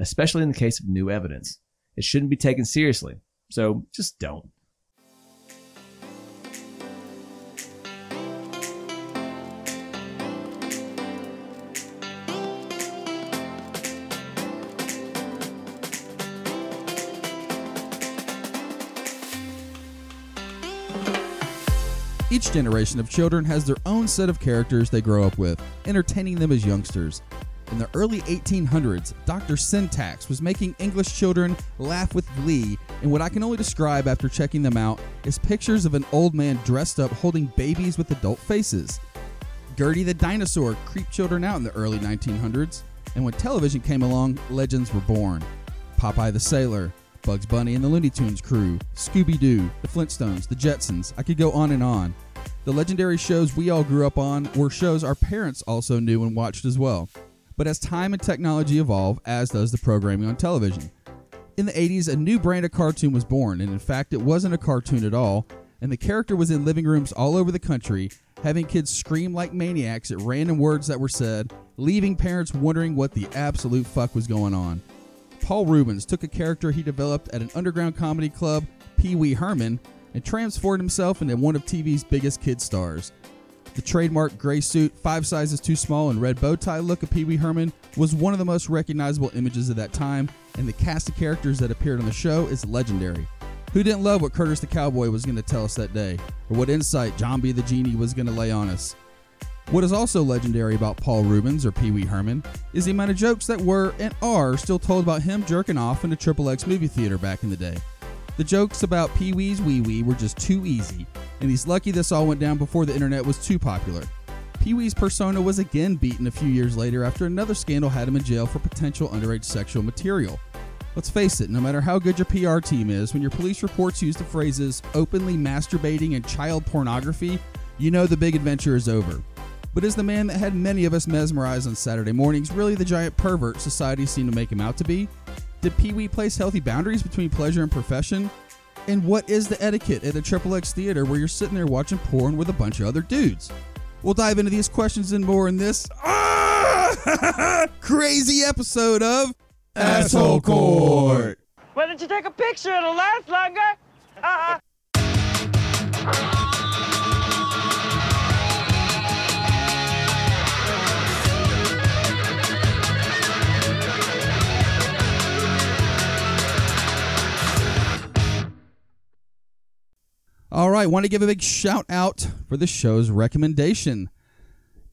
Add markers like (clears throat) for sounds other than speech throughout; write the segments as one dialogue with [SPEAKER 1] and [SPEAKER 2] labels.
[SPEAKER 1] especially in the case of new evidence. It shouldn't be taken seriously, so just don't.
[SPEAKER 2] Each generation of children has their own set of characters they grow up with, entertaining them as youngsters. In the early 1800s, Dr. Syntax was making English children laugh with glee, and what I can only describe after checking them out is pictures of an old man dressed up holding babies with adult faces. Gertie the dinosaur creeped children out in the early 1900s, and when television came along, legends were born. Popeye the Sailor, Bugs Bunny and the Looney Tunes crew, Scooby Doo, the Flintstones, the Jetsons, I could go on and on. The legendary shows we all grew up on were shows our parents also knew and watched as well. But as time and technology evolve, as does the programming on television. In the 80s, a new brand of cartoon was born, and in fact, it wasn't a cartoon at all, and the character was in living rooms all over the country, having kids scream like maniacs at random words that were said, leaving parents wondering what the absolute fuck was going on. Paul Rubens took a character he developed at an underground comedy club, Pee Wee Herman, and transformed himself into one of TV's biggest kid stars. The trademark gray suit, five sizes too small, and red bow tie look of Pee Wee Herman was one of the most recognizable images of that time, and the cast of characters that appeared on the show is legendary. Who didn't love what Curtis the Cowboy was going to tell us that day, or what insight John B. the Genie was going to lay on us? What is also legendary about Paul Rubens or Pee Wee Herman is the amount of jokes that were and are still told about him jerking off in a Triple X movie theater back in the day. The jokes about Pee Wee's Wee Wee were just too easy, and he's lucky this all went down before the internet was too popular. Pee Wee's persona was again beaten a few years later after another scandal had him in jail for potential underage sexual material. Let's face it, no matter how good your PR team is, when your police reports use the phrases openly masturbating and child pornography, you know the big adventure is over but is the man that had many of us mesmerized on Saturday mornings really the giant pervert society seemed to make him out to be? Did Pee Wee place healthy boundaries between pleasure and profession? And what is the etiquette at a Triple X theater where you're sitting there watching porn with a bunch of other dudes? We'll dive into these questions and more in this ah! (laughs) crazy episode of Asshole Court.
[SPEAKER 3] Why don't you take a picture? It'll last longer. (laughs) Uh-uh.
[SPEAKER 2] All right, want to give a big shout out for the show's recommendation.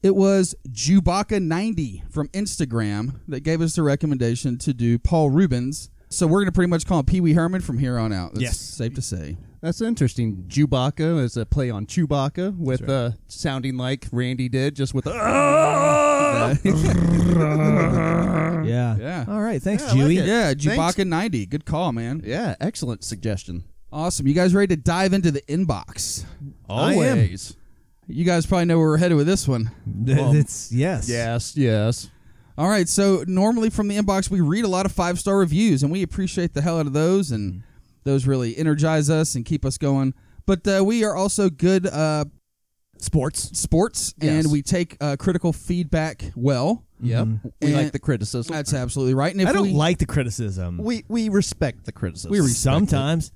[SPEAKER 2] It was Jubaka90 from Instagram that gave us the recommendation to do Paul Rubens. So we're going to pretty much call him Pee Wee Herman from here on out. That's
[SPEAKER 4] Yes.
[SPEAKER 2] safe to say.
[SPEAKER 5] That's interesting. Chewbacca is a play on Chewbacca with
[SPEAKER 4] That's right.
[SPEAKER 5] uh, sounding like Randy did, just with.
[SPEAKER 4] (gasps) Yeah.
[SPEAKER 2] Yeah.
[SPEAKER 4] All right. Thanks,
[SPEAKER 5] Yeah, I like
[SPEAKER 4] Dewey.
[SPEAKER 5] it.
[SPEAKER 2] yeah,
[SPEAKER 5] uh, Thanks.
[SPEAKER 2] Jubaka90. Good call, man.
[SPEAKER 5] yeah, excellent suggestion.
[SPEAKER 2] Awesome. You guys ready to dive into the inbox?
[SPEAKER 4] I am.
[SPEAKER 5] Always.
[SPEAKER 2] You guys probably know where we're headed with this one.
[SPEAKER 4] Th- it's yes.
[SPEAKER 5] Yes, yes.
[SPEAKER 2] All right, so normally from the inbox we read a lot of five star reviews, and we appreciate the hell out of those,
[SPEAKER 5] Mm-hmm.
[SPEAKER 2] and those really energize us and keep us going. But uh, we are also good uh,
[SPEAKER 4] Sports.
[SPEAKER 2] sports,
[SPEAKER 5] Yes.
[SPEAKER 2] and we take uh, critical feedback well.
[SPEAKER 5] Yep.
[SPEAKER 4] Mm.
[SPEAKER 5] We
[SPEAKER 2] And-
[SPEAKER 5] like the criticism.
[SPEAKER 2] That's absolutely right. And if
[SPEAKER 4] Mm-hmm. I don't
[SPEAKER 2] we,
[SPEAKER 4] like the criticism.
[SPEAKER 5] we we respect the criticism.
[SPEAKER 2] We respect
[SPEAKER 4] sometimes.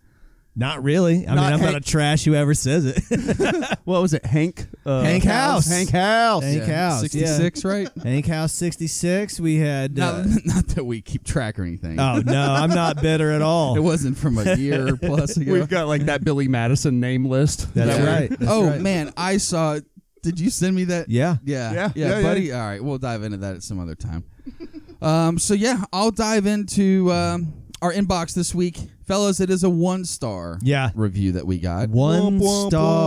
[SPEAKER 4] Not really. I
[SPEAKER 5] Not
[SPEAKER 4] mean, I'm
[SPEAKER 5] Hank-
[SPEAKER 4] not a trash whoever says it.
[SPEAKER 5] (laughs) what was it, Hank? Uh,
[SPEAKER 4] Hank House.
[SPEAKER 5] Hank House.
[SPEAKER 4] Hank House.
[SPEAKER 2] sixty six,
[SPEAKER 5] (laughs)
[SPEAKER 2] right?
[SPEAKER 4] Yeah. Hank House 66. We had. Uh,
[SPEAKER 2] not, (laughs) not that we keep track or anything.
[SPEAKER 4] oh no, I'm not bitter at (laughs)
[SPEAKER 2] It
[SPEAKER 4] all.
[SPEAKER 2] wasn't from a
[SPEAKER 4] (laughs)
[SPEAKER 2] year plus ago.
[SPEAKER 5] We've got like that Billy Madison name list.
[SPEAKER 4] That's
[SPEAKER 2] That we-
[SPEAKER 4] right. That's
[SPEAKER 2] oh
[SPEAKER 4] right.
[SPEAKER 2] man, I saw. Did you send me that?
[SPEAKER 4] Yeah.
[SPEAKER 2] Yeah.
[SPEAKER 5] (laughs) Yeah, yeah, yeah.
[SPEAKER 2] buddy. All right. We'll dive into that at some other time. (laughs) um, so, yeah, I'll dive into um, our inbox this week. Fellas, it is a one star
[SPEAKER 4] Yeah.
[SPEAKER 2] review that we got.
[SPEAKER 4] One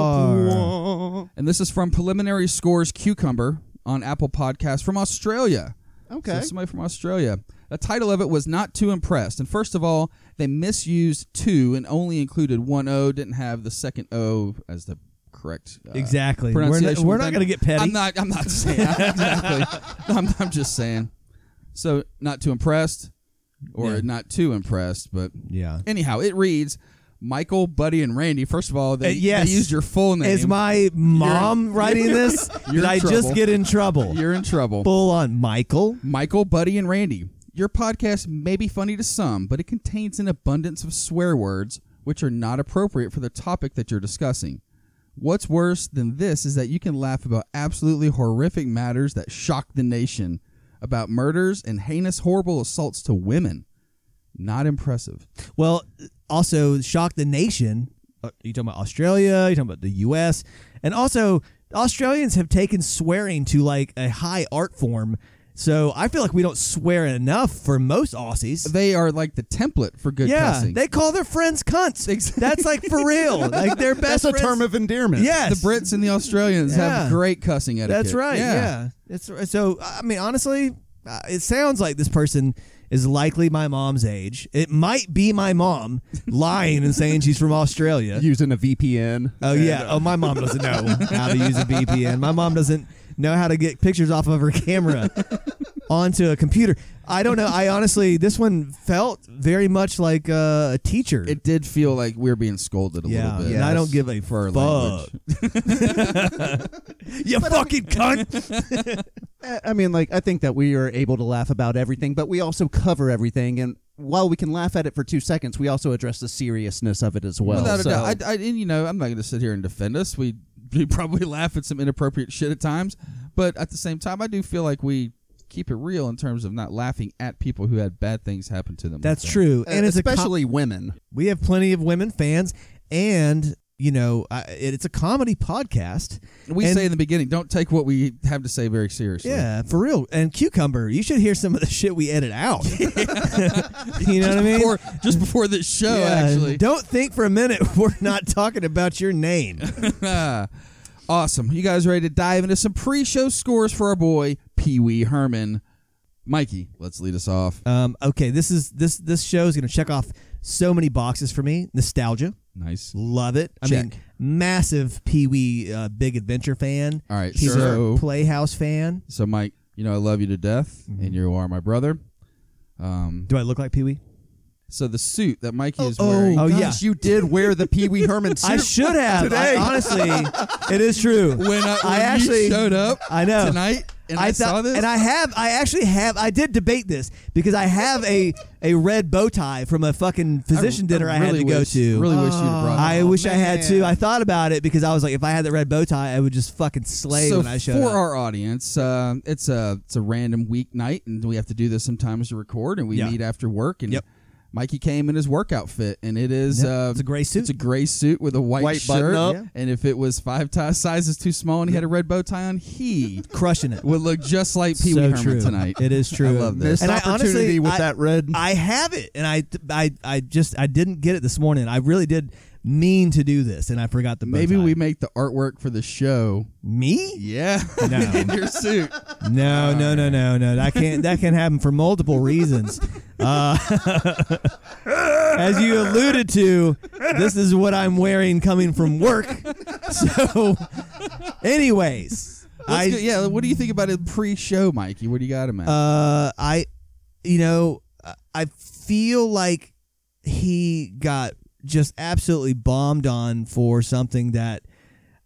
[SPEAKER 4] star.
[SPEAKER 2] And this is from Preliminary Scores Cucumber on Apple Podcasts from Australia.
[SPEAKER 5] Okay.
[SPEAKER 2] So somebody from Australia. The title of it was Not Too Impressed. And first of all, they misused two and only included one O, didn't have the second O as the correct uh,
[SPEAKER 4] Exactly. We're not-
[SPEAKER 2] pronunciation.
[SPEAKER 4] we're
[SPEAKER 2] but
[SPEAKER 4] not
[SPEAKER 2] then-
[SPEAKER 4] gonna get petty.
[SPEAKER 2] I'm not, I'm not saying.
[SPEAKER 4] (laughs)
[SPEAKER 2] exactly. I'm, I'm just saying. So, Not Too Impressed or
[SPEAKER 4] Yeah.
[SPEAKER 2] Not Too Impressed, but
[SPEAKER 4] Yeah.
[SPEAKER 2] anyhow, it reads Michael, Buddy, and Randy. First of all, they,
[SPEAKER 4] Uh, yes.
[SPEAKER 2] they used your full name.
[SPEAKER 4] Is my mom writing this?
[SPEAKER 2] (laughs) You're
[SPEAKER 4] Did
[SPEAKER 2] in
[SPEAKER 4] I
[SPEAKER 2] trouble.
[SPEAKER 4] just get in trouble?
[SPEAKER 2] You're in trouble.
[SPEAKER 4] Full on Michael.
[SPEAKER 2] Michael, Buddy, and Randy. Your podcast may be funny to some, but it contains an abundance of swear words which are not appropriate for the topic that you're discussing. What's worse than this is that you can laugh about absolutely horrific matters that shock the nation, about murders and heinous, horrible assaults to women. Not impressive.
[SPEAKER 4] Well, also shocked the nation. Uh, you talking about Australia? You talking about the U.S. And also, Australians have taken swearing to like a high art form. So I feel like we don't swear enough for most Aussies.
[SPEAKER 2] They are like the template for good
[SPEAKER 4] yeah,
[SPEAKER 2] cussing.
[SPEAKER 4] they call their friends cunts.
[SPEAKER 2] Exactly.
[SPEAKER 4] That's like for real.
[SPEAKER 2] (laughs)
[SPEAKER 4] Like their best.
[SPEAKER 5] That's a
[SPEAKER 4] friends-
[SPEAKER 5] term of endearment.
[SPEAKER 4] Yes,
[SPEAKER 2] the Brits and the Australians have
[SPEAKER 4] Yeah.
[SPEAKER 2] great cussing etiquette.
[SPEAKER 4] That's right. Yeah. That's right. So I mean, honestly, uh, it sounds like this person is likely my mom's age. It might be my mom lying and saying she's from Australia.
[SPEAKER 5] Using a VPN.
[SPEAKER 4] oh yeah.
[SPEAKER 2] uh,
[SPEAKER 4] Oh, my mom doesn't know how to use a VPN. My mom doesn't know how to get pictures off of her camera onto a computer. I don't know. I honestly, this one felt very much like uh, a teacher.
[SPEAKER 2] It did feel like we were being scolded a
[SPEAKER 4] yeah,
[SPEAKER 2] little bit.
[SPEAKER 4] and I don't give a
[SPEAKER 2] for our
[SPEAKER 4] fuck.
[SPEAKER 2] language.
[SPEAKER 4] (laughs)
[SPEAKER 2] (laughs)
[SPEAKER 4] you fucking cunt.
[SPEAKER 5] I- I mean, like, I think that we are able to laugh about everything, but we also cover everything. And while we can laugh at it for two seconds, we also address the seriousness of it as
[SPEAKER 4] Oh,
[SPEAKER 5] well.
[SPEAKER 2] Without
[SPEAKER 5] So-
[SPEAKER 2] a doubt. I, I, and, you know, I'm not going to sit here and defend us. We (laughs) we probably laugh at some inappropriate shit at times, but at the same time, I do feel like we keep it real in terms of not laughing at people who had bad things happen to them.
[SPEAKER 4] That's true.
[SPEAKER 5] Uh,
[SPEAKER 4] And it's a co-
[SPEAKER 5] especially women.
[SPEAKER 4] We have plenty of women fans, and you know, I, it, it's a comedy podcast.
[SPEAKER 2] We
[SPEAKER 4] And-
[SPEAKER 2] say in the beginning, don't take what we have to say very seriously.
[SPEAKER 4] yeah, for real. And cucumber, you should hear some of the shit we edit
[SPEAKER 2] (laughs)
[SPEAKER 4] out. (laughs) you know what I mean?
[SPEAKER 2] Before, just before this show,
[SPEAKER 4] Yeah,
[SPEAKER 2] actually. (laughs)
[SPEAKER 4] don't think for a minute (laughs) we're not talking about your name.
[SPEAKER 2] Ah, Awesome. You guys ready to dive into some pre-show scores for our boy Pee Wee Herman? Mikey, let's lead us off.
[SPEAKER 4] Um, okay, this is this this show is going to check off so many boxes for me. Nostalgia,
[SPEAKER 2] Nice.
[SPEAKER 4] love it. I mean,
[SPEAKER 2] Check.
[SPEAKER 4] massive Pee Wee uh, Big Adventure fan.
[SPEAKER 2] All right,
[SPEAKER 4] he's
[SPEAKER 2] so-
[SPEAKER 4] a Playhouse fan.
[SPEAKER 2] So, Mike, you know I love you to death,
[SPEAKER 4] Mm-hmm.
[SPEAKER 2] and you are my brother. Um,
[SPEAKER 4] Do I look like Pee Wee?
[SPEAKER 2] So the suit that Mikey is
[SPEAKER 4] oh,
[SPEAKER 2] wearing.
[SPEAKER 4] oh, yeah.
[SPEAKER 5] Gosh, you did wear the Pee
[SPEAKER 4] (laughs)
[SPEAKER 5] Wee Herman suit.
[SPEAKER 4] I should have. I, honestly, it is true.
[SPEAKER 2] (laughs) When I, when
[SPEAKER 4] I
[SPEAKER 2] you
[SPEAKER 4] actually
[SPEAKER 2] showed up
[SPEAKER 4] I know.
[SPEAKER 2] tonight and I,
[SPEAKER 4] thought-
[SPEAKER 2] saw this,
[SPEAKER 4] and I have, I actually have, I did debate this because I have a a red bow tie from a fucking physician dinner I, had
[SPEAKER 2] really
[SPEAKER 4] to go
[SPEAKER 2] wish,
[SPEAKER 4] to.
[SPEAKER 2] Really wish you'd have brought
[SPEAKER 4] I
[SPEAKER 2] it.
[SPEAKER 4] wish I had to.
[SPEAKER 5] man.
[SPEAKER 4] I thought about it because I was like, if I had the red bow tie, I would just fucking slay
[SPEAKER 2] so
[SPEAKER 4] when I showed
[SPEAKER 2] for
[SPEAKER 4] up.
[SPEAKER 2] our audience, uh, it's a it's a random weeknight, and we have to do this sometimes to record, and we
[SPEAKER 4] Yeah.
[SPEAKER 2] meet after work. And
[SPEAKER 4] Yep.
[SPEAKER 2] Mikey came in his work outfit, and it is
[SPEAKER 4] Yep.
[SPEAKER 2] uh,
[SPEAKER 4] It's a gray suit.
[SPEAKER 2] It's a gray suit with a white,
[SPEAKER 5] White
[SPEAKER 2] shirt.
[SPEAKER 5] button-up.
[SPEAKER 4] Yeah.
[SPEAKER 2] And if it was five ti sizes too small, and he had a red bow tie on, he (laughs)
[SPEAKER 4] Crushing it.
[SPEAKER 2] would look just like Pee Wee
[SPEAKER 4] so
[SPEAKER 2] Herman
[SPEAKER 4] true.
[SPEAKER 2] tonight.
[SPEAKER 4] It is true.
[SPEAKER 2] love this.
[SPEAKER 5] Missed
[SPEAKER 4] And I
[SPEAKER 5] opportunity
[SPEAKER 4] honestly-
[SPEAKER 5] with
[SPEAKER 4] I-
[SPEAKER 5] that red.
[SPEAKER 4] I have it, and I, I, I just, I didn't get it this morning. I really did mean to do this, and I forgot the
[SPEAKER 2] (laughs)
[SPEAKER 4] bow
[SPEAKER 2] Maybe
[SPEAKER 4] tie.
[SPEAKER 2] we make the artwork for the show.
[SPEAKER 4] me.
[SPEAKER 2] Yeah, (laughs)
[SPEAKER 4] No.
[SPEAKER 2] in your (laughs) suit.
[SPEAKER 4] No, no, no, no, no. That can't. That can happen for multiple reasons. Uh, (laughs) as you alluded to, this is what I'm wearing coming from work. (laughs) So, anyways,
[SPEAKER 2] Let's
[SPEAKER 4] I
[SPEAKER 2] go- yeah, what do you think about it pre-show, Mikey? What do you got him at?
[SPEAKER 4] uh, I, you know, I- I feel like he got just absolutely bombed on for something that,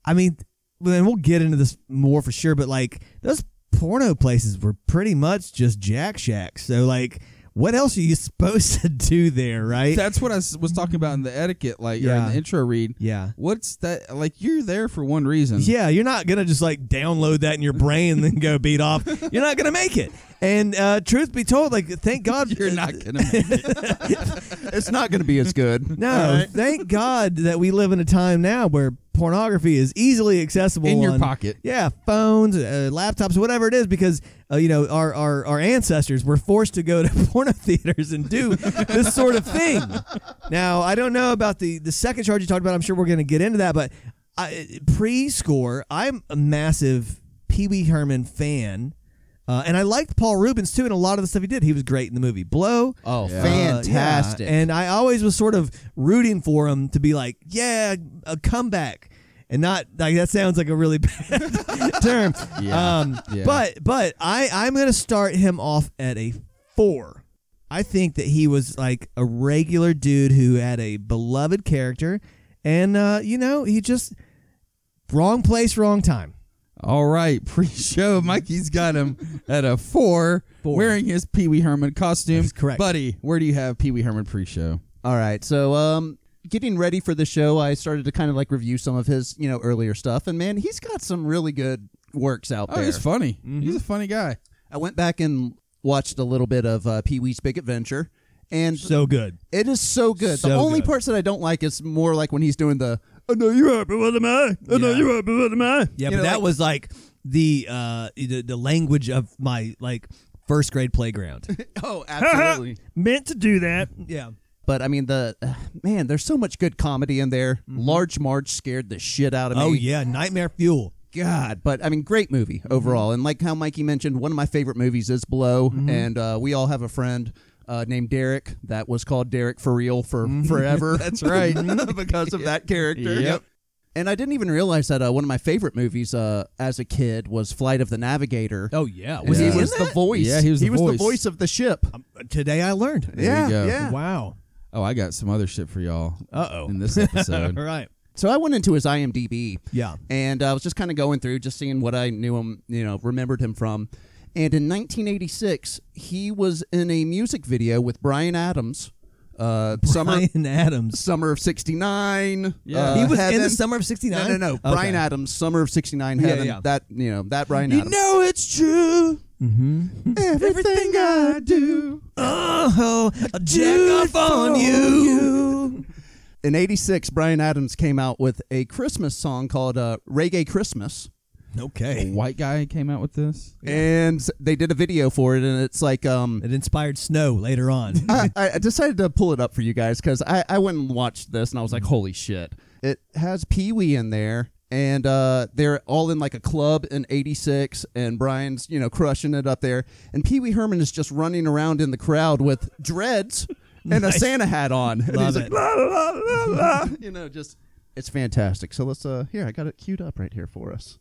[SPEAKER 4] I mean, then we'll get into this more for sure. But like those porno places were pretty much just jack shacks. So like, what else are you (laughs) supposed to do there, right?
[SPEAKER 2] That's what I s- was talking about in the etiquette, like or in
[SPEAKER 4] Yeah.
[SPEAKER 2] the intro read.
[SPEAKER 4] yeah.
[SPEAKER 2] What's that? Like you're there for one reason.
[SPEAKER 4] Yeah, you're not gonna just like download that in your brain and then go beat off. You're not gonna make it. And uh, truth be told, like thank God
[SPEAKER 2] (laughs) you're not gonna. Make it.
[SPEAKER 4] (laughs)
[SPEAKER 5] it's not going to be as good.
[SPEAKER 4] No,
[SPEAKER 5] All right.
[SPEAKER 4] thank God that we live in a time now where pornography is easily accessible
[SPEAKER 2] In your
[SPEAKER 4] on-
[SPEAKER 2] pocket.
[SPEAKER 4] Yeah, phones, uh, laptops, whatever it is, because uh, you know our, our our ancestors were forced to go to (laughs) porno theaters and do this sort of thing. Now I don't know about the the second charge you talked about. I'm sure we're going to get into that, but I, pre-score, I'm a massive Pee Wee Herman fan. Uh, and I liked Paul Rubens too, and a lot of the stuff he did. He was great in the movie Blow.
[SPEAKER 5] Oh,
[SPEAKER 2] Yeah.
[SPEAKER 5] fantastic!
[SPEAKER 4] Uh, yeah. And I always was sort of rooting for him to be like, yeah, a comeback. And not like that sounds like a really (laughs) bad (laughs) term.
[SPEAKER 2] Yeah.
[SPEAKER 4] Um
[SPEAKER 2] Yeah.
[SPEAKER 4] but but I I'm going to start him off at a 4. I think that he was like a regular dude who had a beloved character and uh you know, he just wrong place, wrong time.
[SPEAKER 2] All right, pre-show, Mikey's got him at a four,
[SPEAKER 4] Four.
[SPEAKER 2] wearing his Pee Wee Herman costume.
[SPEAKER 4] That's correct.
[SPEAKER 2] buddy. Where do you have Pee Wee Herman pre-show?
[SPEAKER 5] All right, so um, getting ready for the show, I started to kind of like review some of his you know earlier stuff, and man, he's got some really good works out
[SPEAKER 2] Oh,
[SPEAKER 5] there.
[SPEAKER 2] he's funny.
[SPEAKER 4] Mm-hmm.
[SPEAKER 2] He's a funny guy.
[SPEAKER 5] I went back and watched a little bit of uh, Pee Wee's Big Adventure, and
[SPEAKER 4] So good.
[SPEAKER 5] it is so good. the
[SPEAKER 4] So
[SPEAKER 5] only
[SPEAKER 4] good.
[SPEAKER 5] parts that I don't like is more like when he's doing the "I know you're happy, what am I? I know
[SPEAKER 4] Yeah.
[SPEAKER 5] you're happy, what am I?"
[SPEAKER 4] Yeah,
[SPEAKER 5] You
[SPEAKER 4] but
[SPEAKER 5] know,
[SPEAKER 4] that
[SPEAKER 5] like-
[SPEAKER 4] was like the uh the, the language of my like first grade playground.
[SPEAKER 5] oh,
[SPEAKER 2] (laughs)
[SPEAKER 5] absolutely.
[SPEAKER 4] (laughs) Meant to do that. Yeah.
[SPEAKER 5] but I mean, the uh, man, there's so much good comedy in there.
[SPEAKER 2] Mm-hmm.
[SPEAKER 5] Large Marge scared the shit out of me.
[SPEAKER 4] Oh yeah, Nightmare Fuel.
[SPEAKER 5] God, but I mean, great movie
[SPEAKER 2] Mm-hmm.
[SPEAKER 5] overall. And like how Mikey mentioned, one of my favorite movies is Blow,
[SPEAKER 2] Mm-hmm.
[SPEAKER 5] and uh, we all have a friend. Uh, named Derek, that was called Derek for real for
[SPEAKER 2] (laughs)
[SPEAKER 5] forever. That's right, (laughs) because of that character.
[SPEAKER 2] Mm-hmm. Yep.
[SPEAKER 5] And I didn't even realize that uh, one of my favorite movies uh, as a kid was Flight of the Navigator.
[SPEAKER 4] Oh yeah.
[SPEAKER 5] And
[SPEAKER 4] Was
[SPEAKER 2] Yeah.
[SPEAKER 5] He was the voice.
[SPEAKER 2] Yeah, he was the voice.
[SPEAKER 5] of the ship.
[SPEAKER 4] today I learned.
[SPEAKER 2] There
[SPEAKER 5] yeah,
[SPEAKER 2] you go.
[SPEAKER 5] yeah.
[SPEAKER 4] Wow.
[SPEAKER 2] Oh, I got some other shit for y'all
[SPEAKER 4] Uh-oh.
[SPEAKER 2] in this episode.
[SPEAKER 4] (laughs) right.
[SPEAKER 5] So I went into his IMDb.
[SPEAKER 4] Yeah.
[SPEAKER 5] And I was just kind of going through, just seeing what I knew him, you know, remembered him from. And in 1986, he was in a music video with Brian Adams.
[SPEAKER 4] (laughs)
[SPEAKER 5] Uh, summer,
[SPEAKER 4] Brian Adams.
[SPEAKER 5] summer of '69.
[SPEAKER 2] Yeah.
[SPEAKER 5] uh,
[SPEAKER 4] He was in
[SPEAKER 5] Heaven.
[SPEAKER 4] the summer of '69.
[SPEAKER 5] No, no, no. Brian Adams, summer of '69.
[SPEAKER 4] Yeah,
[SPEAKER 5] Heaven.
[SPEAKER 4] yeah.
[SPEAKER 5] That you know that Brian
[SPEAKER 2] you
[SPEAKER 5] Adams.
[SPEAKER 2] know it's true.
[SPEAKER 5] everything I do.
[SPEAKER 4] Oh, a jack off on you.
[SPEAKER 5] In '86, Brian Adams came out with a Christmas song called uh, "Reggae Christmas."
[SPEAKER 2] A
[SPEAKER 4] Okay.
[SPEAKER 2] white guy came out with this.
[SPEAKER 5] and they did a video for it, and it's like um.
[SPEAKER 4] It inspired Snow later on.
[SPEAKER 5] I, I decided to pull it up for you guys because I, I went and watched this and I was like, holy shit. It has Pee Wee in there, and uh, they're all in like a club in 86, and Brian's, you know, crushing it up there. And Pee Wee Herman is just running around in the crowd with dreads and a Santa hat on. And
[SPEAKER 4] Love
[SPEAKER 5] he's
[SPEAKER 4] it.
[SPEAKER 5] like, la, la, la, la, (laughs) la. you know, just, it's fantastic. So let's, uh, here, I got it queued up right here for us.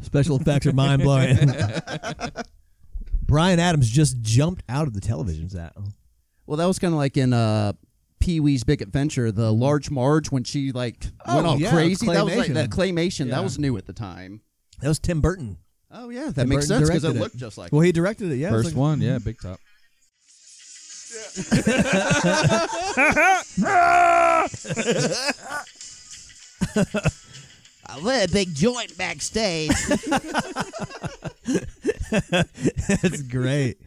[SPEAKER 4] Special effects are mind blowing. (laughs) Brian Adams just jumped out of the television set.
[SPEAKER 5] Well, that was kind of like in uh, Pee Wee's Big Adventure, the Large Marge when she like went all
[SPEAKER 4] Oh, yeah,
[SPEAKER 5] crazy. That was like
[SPEAKER 4] claymation.
[SPEAKER 5] that claymation.
[SPEAKER 4] Yeah.
[SPEAKER 5] That was new at the time.
[SPEAKER 4] That was Tim Burton.
[SPEAKER 5] Oh yeah, that
[SPEAKER 4] Tim
[SPEAKER 5] makes
[SPEAKER 4] Burton
[SPEAKER 5] sense because it,
[SPEAKER 4] directed
[SPEAKER 5] looked just like.
[SPEAKER 4] Well, he directed it. Yeah. it was
[SPEAKER 2] First
[SPEAKER 4] like-
[SPEAKER 2] one, yeah, big top.
[SPEAKER 6] I lit a big joint backstage.
[SPEAKER 4] That's great.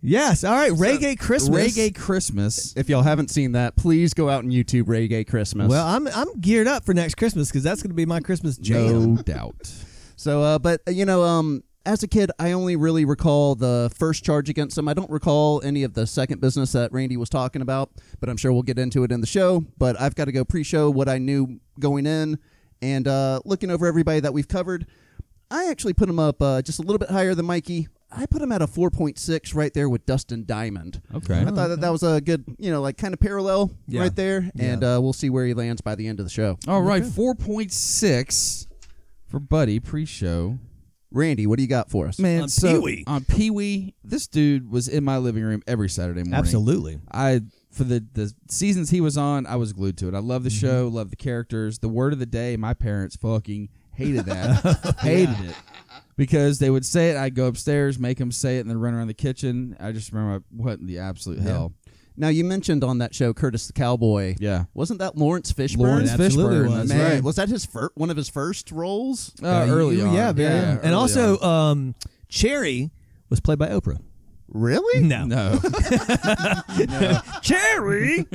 [SPEAKER 4] Yes. All right. Reggae Christmas.
[SPEAKER 2] Reggae Christmas.
[SPEAKER 5] if y'all haven't seen that, please go out and YouTube Reggae Christmas.
[SPEAKER 4] Well, I'm I'm geared up for next Christmas because that's going to be my Christmas jam.
[SPEAKER 2] No doubt.
[SPEAKER 5] so uh, but uh, you know, um, as a kid, I only really recall the first charge against him. I don't recall any of the second business that Randy was talking about, but I'm sure we'll get into it in the show. But I've got to go pre-show what I knew going in, and uh, looking over everybody that we've covered. I actually put him up uh, just a little bit higher than Mikey. I put him at a 4.6 right there with Dustin Diamond.
[SPEAKER 2] Okay.
[SPEAKER 5] I thought that that was a good, you know, like kind of parallel
[SPEAKER 4] Yeah.
[SPEAKER 5] right there. And uh, we'll see where he lands by the end of the show.
[SPEAKER 2] All right, four point six for Buddy pre-show.
[SPEAKER 5] Randy, what do you got for us?
[SPEAKER 2] Man,
[SPEAKER 4] On
[SPEAKER 2] so
[SPEAKER 4] Pee-wee.
[SPEAKER 2] on Pee Wee, this dude was in my living room every Saturday morning.
[SPEAKER 4] Absolutely.
[SPEAKER 2] I for the the seasons he was on, I was glued to it. I love the show, love the characters. The word of the day, my parents fucking hated that, hated it because they would say it. I'd go upstairs, make them say it, and then run around the kitchen. I just remember what in the absolute hell.
[SPEAKER 5] Now, you mentioned on that show Curtis the Cowboy.
[SPEAKER 2] Yeah.
[SPEAKER 5] Wasn't that Lawrence Fishburne?
[SPEAKER 2] Lawrence
[SPEAKER 4] absolutely
[SPEAKER 2] Fishburne,
[SPEAKER 4] was.
[SPEAKER 2] that's
[SPEAKER 5] Man,
[SPEAKER 2] right.
[SPEAKER 5] was that his fir- one of his first roles?
[SPEAKER 2] Uh,
[SPEAKER 4] you-
[SPEAKER 2] early
[SPEAKER 4] you-
[SPEAKER 2] on,
[SPEAKER 4] Yeah, very.
[SPEAKER 2] yeah, early
[SPEAKER 4] and also, um, Cherry was played by Oprah. (laughs)
[SPEAKER 5] Really?
[SPEAKER 2] (laughs)
[SPEAKER 4] No.
[SPEAKER 2] No,
[SPEAKER 4] (laughs) Cherry?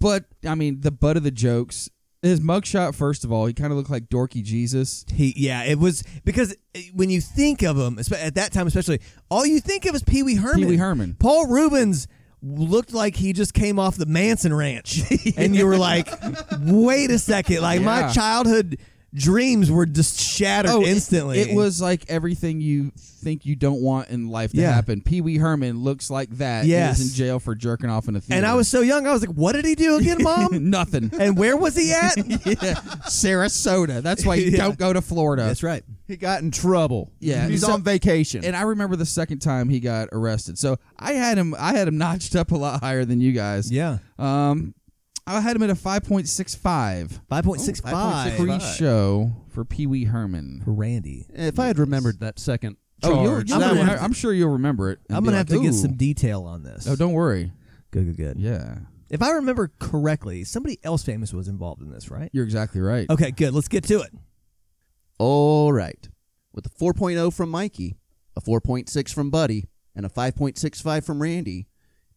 [SPEAKER 2] but I mean, the butt of the jokes. His mugshot, first of all, he kind of looked like dorky Jesus.
[SPEAKER 4] he, yeah, it was because eh, when you think of him, espe- at that time especially, all you think of is Pee Wee Herman.
[SPEAKER 2] Pee Wee Herman.
[SPEAKER 4] Paul Rubens looked like he just came off (laughs) the Manson ranch. and you were like, wait a second. Like, my
[SPEAKER 2] Yeah.
[SPEAKER 4] childhood dreams were just shattered
[SPEAKER 2] Oh, it-
[SPEAKER 4] instantly.
[SPEAKER 2] It was like everything you think you don't want in life to
[SPEAKER 4] Yeah.
[SPEAKER 2] happen. Pee Wee Herman looks like that. and
[SPEAKER 4] Yes.
[SPEAKER 2] is in jail for jerking off in a theater.
[SPEAKER 4] and I was so young. I was like, "What did he do again, mom?
[SPEAKER 2] (laughs)
[SPEAKER 4] (laughs)
[SPEAKER 2] nothing.
[SPEAKER 4] and where was he
[SPEAKER 2] (laughs)
[SPEAKER 4] at?"
[SPEAKER 2] yeah, Sarasota. That's why you
[SPEAKER 4] (laughs) Yeah.
[SPEAKER 2] don't go to Florida.
[SPEAKER 4] That's right.
[SPEAKER 5] He got in trouble.
[SPEAKER 2] Yeah.
[SPEAKER 5] he's
[SPEAKER 2] So-
[SPEAKER 5] on vacation.
[SPEAKER 2] And I remember the second time he got arrested. So I had him. I had him (laughs) notched up a lot higher than you guys.
[SPEAKER 4] Yeah,
[SPEAKER 2] Um, I had him at a five point six five
[SPEAKER 4] five point six five
[SPEAKER 2] pre-show for Pee Wee Herman.
[SPEAKER 4] for Randy.
[SPEAKER 5] if I had remembered that second
[SPEAKER 2] Oh, you'll,
[SPEAKER 5] charge,
[SPEAKER 2] I'm,
[SPEAKER 5] that
[SPEAKER 2] gonna,
[SPEAKER 5] would-
[SPEAKER 2] I'm sure you'll remember it. and
[SPEAKER 4] I'm
[SPEAKER 2] be
[SPEAKER 4] gonna
[SPEAKER 2] like,
[SPEAKER 4] have to get
[SPEAKER 2] "Ooh."
[SPEAKER 4] some detail on this.
[SPEAKER 2] Oh, don't worry.
[SPEAKER 4] good, good, good.
[SPEAKER 2] Yeah,
[SPEAKER 4] If I remember correctly, somebody else famous was involved in this, right?
[SPEAKER 2] you're exactly right.
[SPEAKER 4] Okay, good. Let's get to it.
[SPEAKER 5] All right. With a 4.0 from Mikey, a 4.6 from Buddy, and a 5.65 from Randy,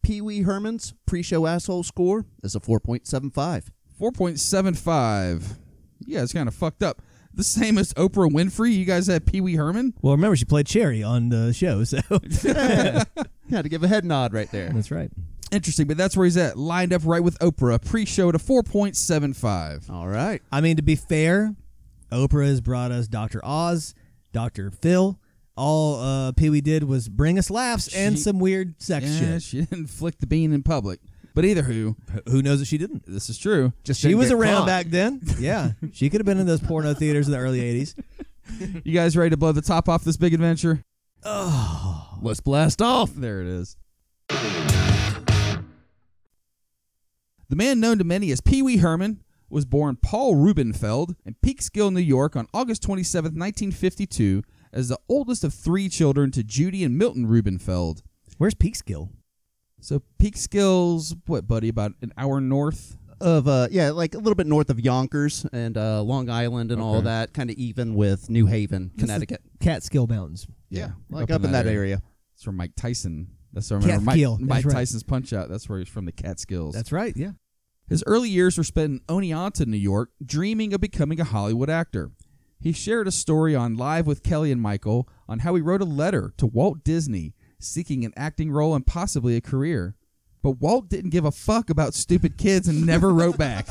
[SPEAKER 5] Pee Wee Herman's pre show asshole score is a 4.75.
[SPEAKER 2] Four point seven five. Yeah, it's kind of fucked up. The same as Oprah Winfrey. You guys had Pee Wee Herman.
[SPEAKER 4] Well, remember she played Cherry on the show, (laughs) so
[SPEAKER 5] Had to give a head nod right there.
[SPEAKER 4] that's right.
[SPEAKER 2] Interesting, but that's where he's at. Lined up right with Oprah. Pre-show to four point seven five.
[SPEAKER 5] All right.
[SPEAKER 4] I mean, to be fair, Oprah has brought us Dr. Oz, Dr. Phil. All uh, Pee Wee did was bring us laughs and
[SPEAKER 2] She-
[SPEAKER 4] some weird sex
[SPEAKER 2] Yeah,
[SPEAKER 4] shit.
[SPEAKER 2] she didn't flick the bean in public. But either who,
[SPEAKER 4] Who knows that she didn't?
[SPEAKER 2] this is true.
[SPEAKER 5] Just
[SPEAKER 4] she
[SPEAKER 5] didn't
[SPEAKER 4] was
[SPEAKER 5] get
[SPEAKER 4] around
[SPEAKER 5] caught.
[SPEAKER 4] back (laughs) then. Yeah, she could have been in those porno theaters in the early '80s.
[SPEAKER 2] You guys ready to blow the top off this big adventure?
[SPEAKER 5] Let's blast off.
[SPEAKER 2] There it is. The man known to many as Pee Wee Herman was born Paul Rubenfeld in Peekskill, New York on August 27, 1952, as the oldest of three children to Judy and Milton Rubenfeld.
[SPEAKER 4] Where's Peekskill?
[SPEAKER 2] So Peekskill's, what, buddy, about an hour north?
[SPEAKER 5] Of, uh, yeah, like a little bit north of Yonkers and uh, Long Island and all
[SPEAKER 2] Okay.
[SPEAKER 5] that, kind of even with New Haven, Connecticut.
[SPEAKER 4] Catskill Mountains.
[SPEAKER 5] Yeah, like up, in that, area.
[SPEAKER 2] It's from Mike Tyson. That's where I remember
[SPEAKER 4] Catskill,
[SPEAKER 2] Mike,
[SPEAKER 4] that's
[SPEAKER 2] Mike
[SPEAKER 4] right.
[SPEAKER 2] Tyson's Punch Out. That's where he's from, the Catskills.
[SPEAKER 4] That's right. Yeah.
[SPEAKER 2] His early years were spent in Oneonta, New York, dreaming of becoming a Hollywood actor. He shared a story on Live with Kelly and Michael on how he wrote a letter to Walt Disney seeking an acting role and possibly a career. But Walt didn't give a fuck about stupid kids and never wrote back.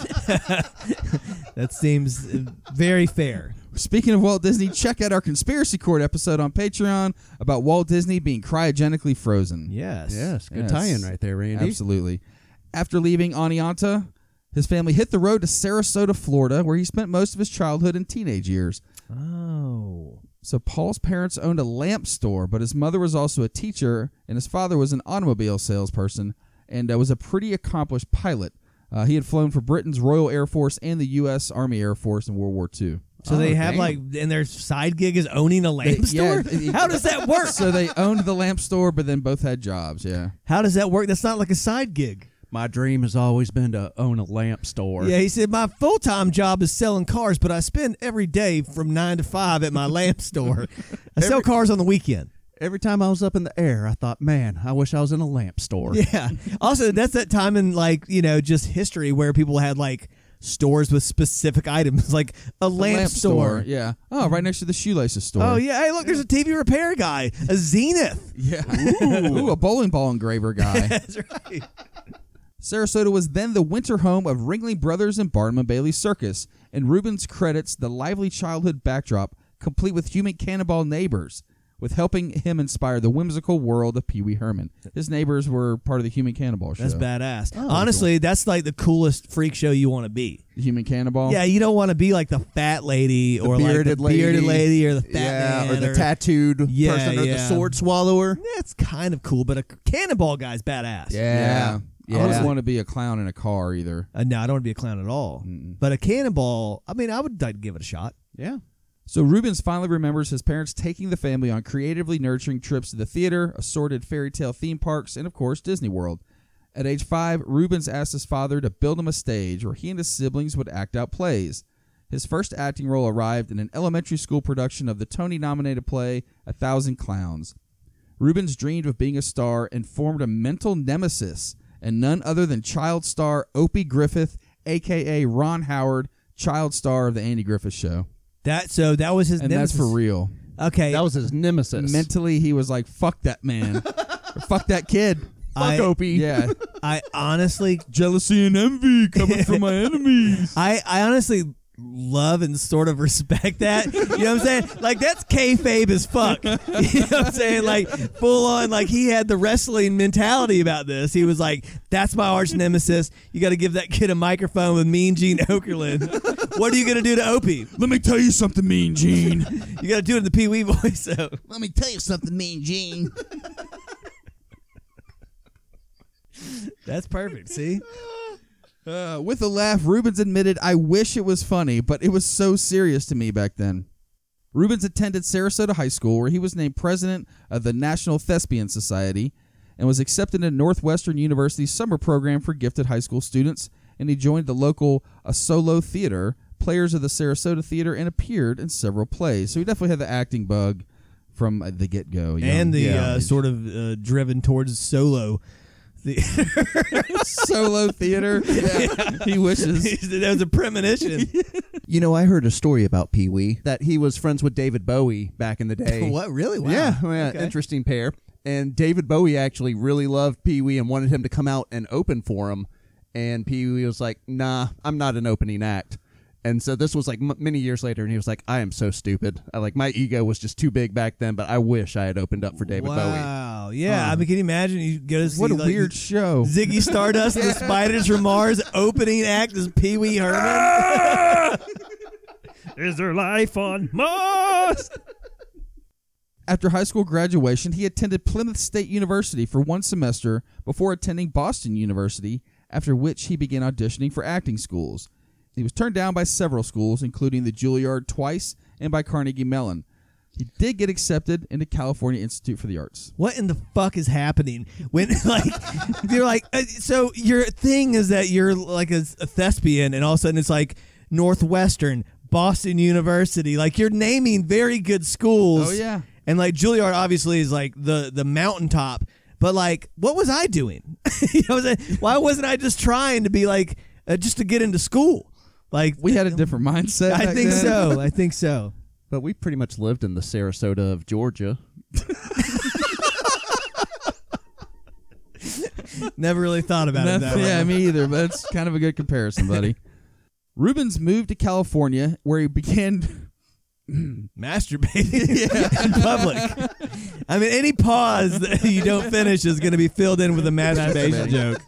[SPEAKER 4] That seems uh, very fair.
[SPEAKER 2] Speaking of Walt Disney, check out our Conspiracy Court episode on Patreon about Walt Disney being cryogenically frozen.
[SPEAKER 4] Yes.
[SPEAKER 5] Yes, good
[SPEAKER 2] Yes.
[SPEAKER 5] tie-in right there, Randy.
[SPEAKER 2] Absolutely. After leaving Oneonta, his family hit the road to Sarasota, Florida, where he spent most of his childhood and teenage years.
[SPEAKER 4] Oh.
[SPEAKER 2] So Paul's parents owned a lamp store, but his mother was also a teacher, and his father was an automobile salesperson and uh, was a pretty accomplished pilot. Uh, he had flown for Britain's Royal Air Force and the U.S. Army Air Force in World War II.
[SPEAKER 4] So they have
[SPEAKER 5] Oh, damn.
[SPEAKER 4] like, and their side gig is owning a lamp
[SPEAKER 2] yeah,
[SPEAKER 4] store.
[SPEAKER 2] it-
[SPEAKER 4] How does that work?
[SPEAKER 2] So they owned the lamp store, but then both had jobs. Yeah.
[SPEAKER 4] How does that work? That's not like a side gig.
[SPEAKER 5] My dream has always been to own a lamp store.
[SPEAKER 4] Yeah, he said my full time job is selling cars, but I spend every day from nine to five at my
[SPEAKER 5] (laughs)
[SPEAKER 4] lamp store. I sell cars on the weekend.
[SPEAKER 5] Every time I was up in the air, I thought, man, I wish I was in a lamp store.
[SPEAKER 4] Yeah. Also, that's that time in like you know just history where people had like stores with specific items, (laughs) like a
[SPEAKER 2] The
[SPEAKER 4] lamp, store.
[SPEAKER 2] Yeah. Oh, right next to the shoelaces store.
[SPEAKER 4] Oh yeah! Hey, look, there's a TV repair guy, a Zenith.
[SPEAKER 2] Yeah. (laughs) Ooh. a bowling ball engraver guy.
[SPEAKER 4] That's right.
[SPEAKER 2] Sarasota was then the winter home of Ringling Brothers and Barnum and Bailey Circus, and Rubens credits the lively childhood backdrop, complete with human cannonball neighbors, with helping him inspire the whimsical world of Pee Wee Herman. His neighbors were part of the Human Cannonball show.
[SPEAKER 4] That's badass. Honestly, that's like the coolest freak show you want to be.
[SPEAKER 2] The Human Cannonball.
[SPEAKER 4] Yeah, you don't want to be like the fat lady or
[SPEAKER 5] bearded
[SPEAKER 4] like the bearded
[SPEAKER 5] lady.
[SPEAKER 4] lady or the fat man
[SPEAKER 5] yeah, or the tattooed
[SPEAKER 4] Yeah,
[SPEAKER 5] person or
[SPEAKER 4] yeah.
[SPEAKER 5] the sword swallower.
[SPEAKER 4] That's kind of cool, but a cannonball guy's
[SPEAKER 2] Yeah.
[SPEAKER 4] badass.
[SPEAKER 5] Yeah.
[SPEAKER 2] I wouldn't
[SPEAKER 5] Yeah.
[SPEAKER 2] want to be a clown in a car either.
[SPEAKER 4] Uh, no, I don't want to be a clown at all. But a cannonball, I mean, I would like, give it a shot.
[SPEAKER 5] Yeah.
[SPEAKER 2] So Rubens finally remembers his parents taking the family on creatively nurturing trips to the theater, assorted fairy tale theme parks, and of course Disney World. At age five, Rubens asked his father to build him a stage where he and his siblings would act out plays. His first acting role arrived in an elementary school production of the Tony nominated play A Thousand Clowns. Rubens dreamed of being a star and formed a mental nemesis, and none other than child star Opie Griffith, aka Ron Howard, child star of the Andy Griffith Show.
[SPEAKER 4] That so that was his.
[SPEAKER 2] And
[SPEAKER 4] nemesis.
[SPEAKER 2] that's for real.
[SPEAKER 4] Okay,
[SPEAKER 5] That was
[SPEAKER 2] (laughs)
[SPEAKER 5] his nemesis.
[SPEAKER 2] Mentally, he was like, "Fuck that (laughs) man, Or, fuck that kid,
[SPEAKER 4] I-
[SPEAKER 2] (laughs) Yeah,
[SPEAKER 4] I honestly,
[SPEAKER 2] (laughs) jealousy and envy coming from my enemies.
[SPEAKER 4] I I honestly love and sort of respect that. you know what I'm saying? Like that's kayfabe as fuck. you know what I'm saying? Like full on. Like he had the wrestling mentality about this. He was like, "That's my arch nemesis. You got to give that kid a microphone with Mean Gene Okerlund. what are you gonna do to Opie?
[SPEAKER 2] Let me tell you something, Mean Gene.
[SPEAKER 4] You got to do it in the Pee Wee voice." So
[SPEAKER 6] Let me tell you something, Mean Gene.
[SPEAKER 4] that's perfect. See,
[SPEAKER 2] Uh, with a laugh, Rubens admitted, I wish it was funny, but it was so serious to me back then. Rubens attended Sarasota High School, where he was named president of the National Thespian Society and was accepted into Northwestern University's summer program for gifted high school students. And he joined the local A Solo Theater, players of the Sarasota Theater, and appeared in several plays. So he definitely had the acting bug from uh, the get go.
[SPEAKER 4] and the uh, sort of uh, driven towards solo. The,
[SPEAKER 2] (laughs)
[SPEAKER 4] (laughs)
[SPEAKER 2] Solo Theater. Yeah. He wishes.
[SPEAKER 4] that was a premonition.
[SPEAKER 5] (laughs) You know, I heard a story about Pee Wee that he was friends with David Bowie back in the day.
[SPEAKER 4] what really? Wow.
[SPEAKER 5] Yeah, yeah, interesting pair. And David Bowie actually really loved Pee Wee and wanted him to come out and open for him. And Pee Wee was like, "Nah, I'm not an opening act." And so this was like m- many years later, and he was like, "I am so stupid. I, like my ego was just too big back then, but I wish I had opened up for David Bowie."
[SPEAKER 4] wow. Yeah. I mean, can you imagine? You go to see
[SPEAKER 2] What a
[SPEAKER 4] like,
[SPEAKER 2] weird show.
[SPEAKER 4] Ziggy
[SPEAKER 2] (laughs)
[SPEAKER 4] Stardust and the Spiders from Mars opening act is Pee Wee Herman.
[SPEAKER 1] (laughs) Is there life on Mars?
[SPEAKER 2] After high school graduation, he attended Plymouth State University for one semester before attending Boston University, after which he began auditioning for acting schools. He was turned down by several schools, including the Juilliard twice and by Carnegie Mellon. He did get accepted into California Institute for the Arts.
[SPEAKER 4] what in the fuck is happening? When (laughs) like they're like, uh, so your thing is that you're like a, a thespian, and all of a sudden it's like Northwestern, Boston University. Like you're naming very good schools.
[SPEAKER 2] Oh, yeah.
[SPEAKER 4] And like Juilliard obviously is like the the mountaintop, but like what was I doing? (laughs) you know what I'm saying? Why wasn't I just trying to be like uh, just to get into school? Like
[SPEAKER 2] We had a different mindset.
[SPEAKER 4] (laughs) I
[SPEAKER 2] back
[SPEAKER 4] think
[SPEAKER 2] then. (laughs)
[SPEAKER 4] so. I think so.
[SPEAKER 5] But we pretty much lived in the Sarasota of Georgia.
[SPEAKER 4] Never really thought about it that
[SPEAKER 2] No,
[SPEAKER 4] way.
[SPEAKER 2] yeah, me either. But that's kind of a good comparison, buddy.
[SPEAKER 4] (laughs)
[SPEAKER 2] Rubens moved to California, where he began
[SPEAKER 4] Masturbating in public. I mean, any pause that you don't finish is going to be filled in with a masturbation joke.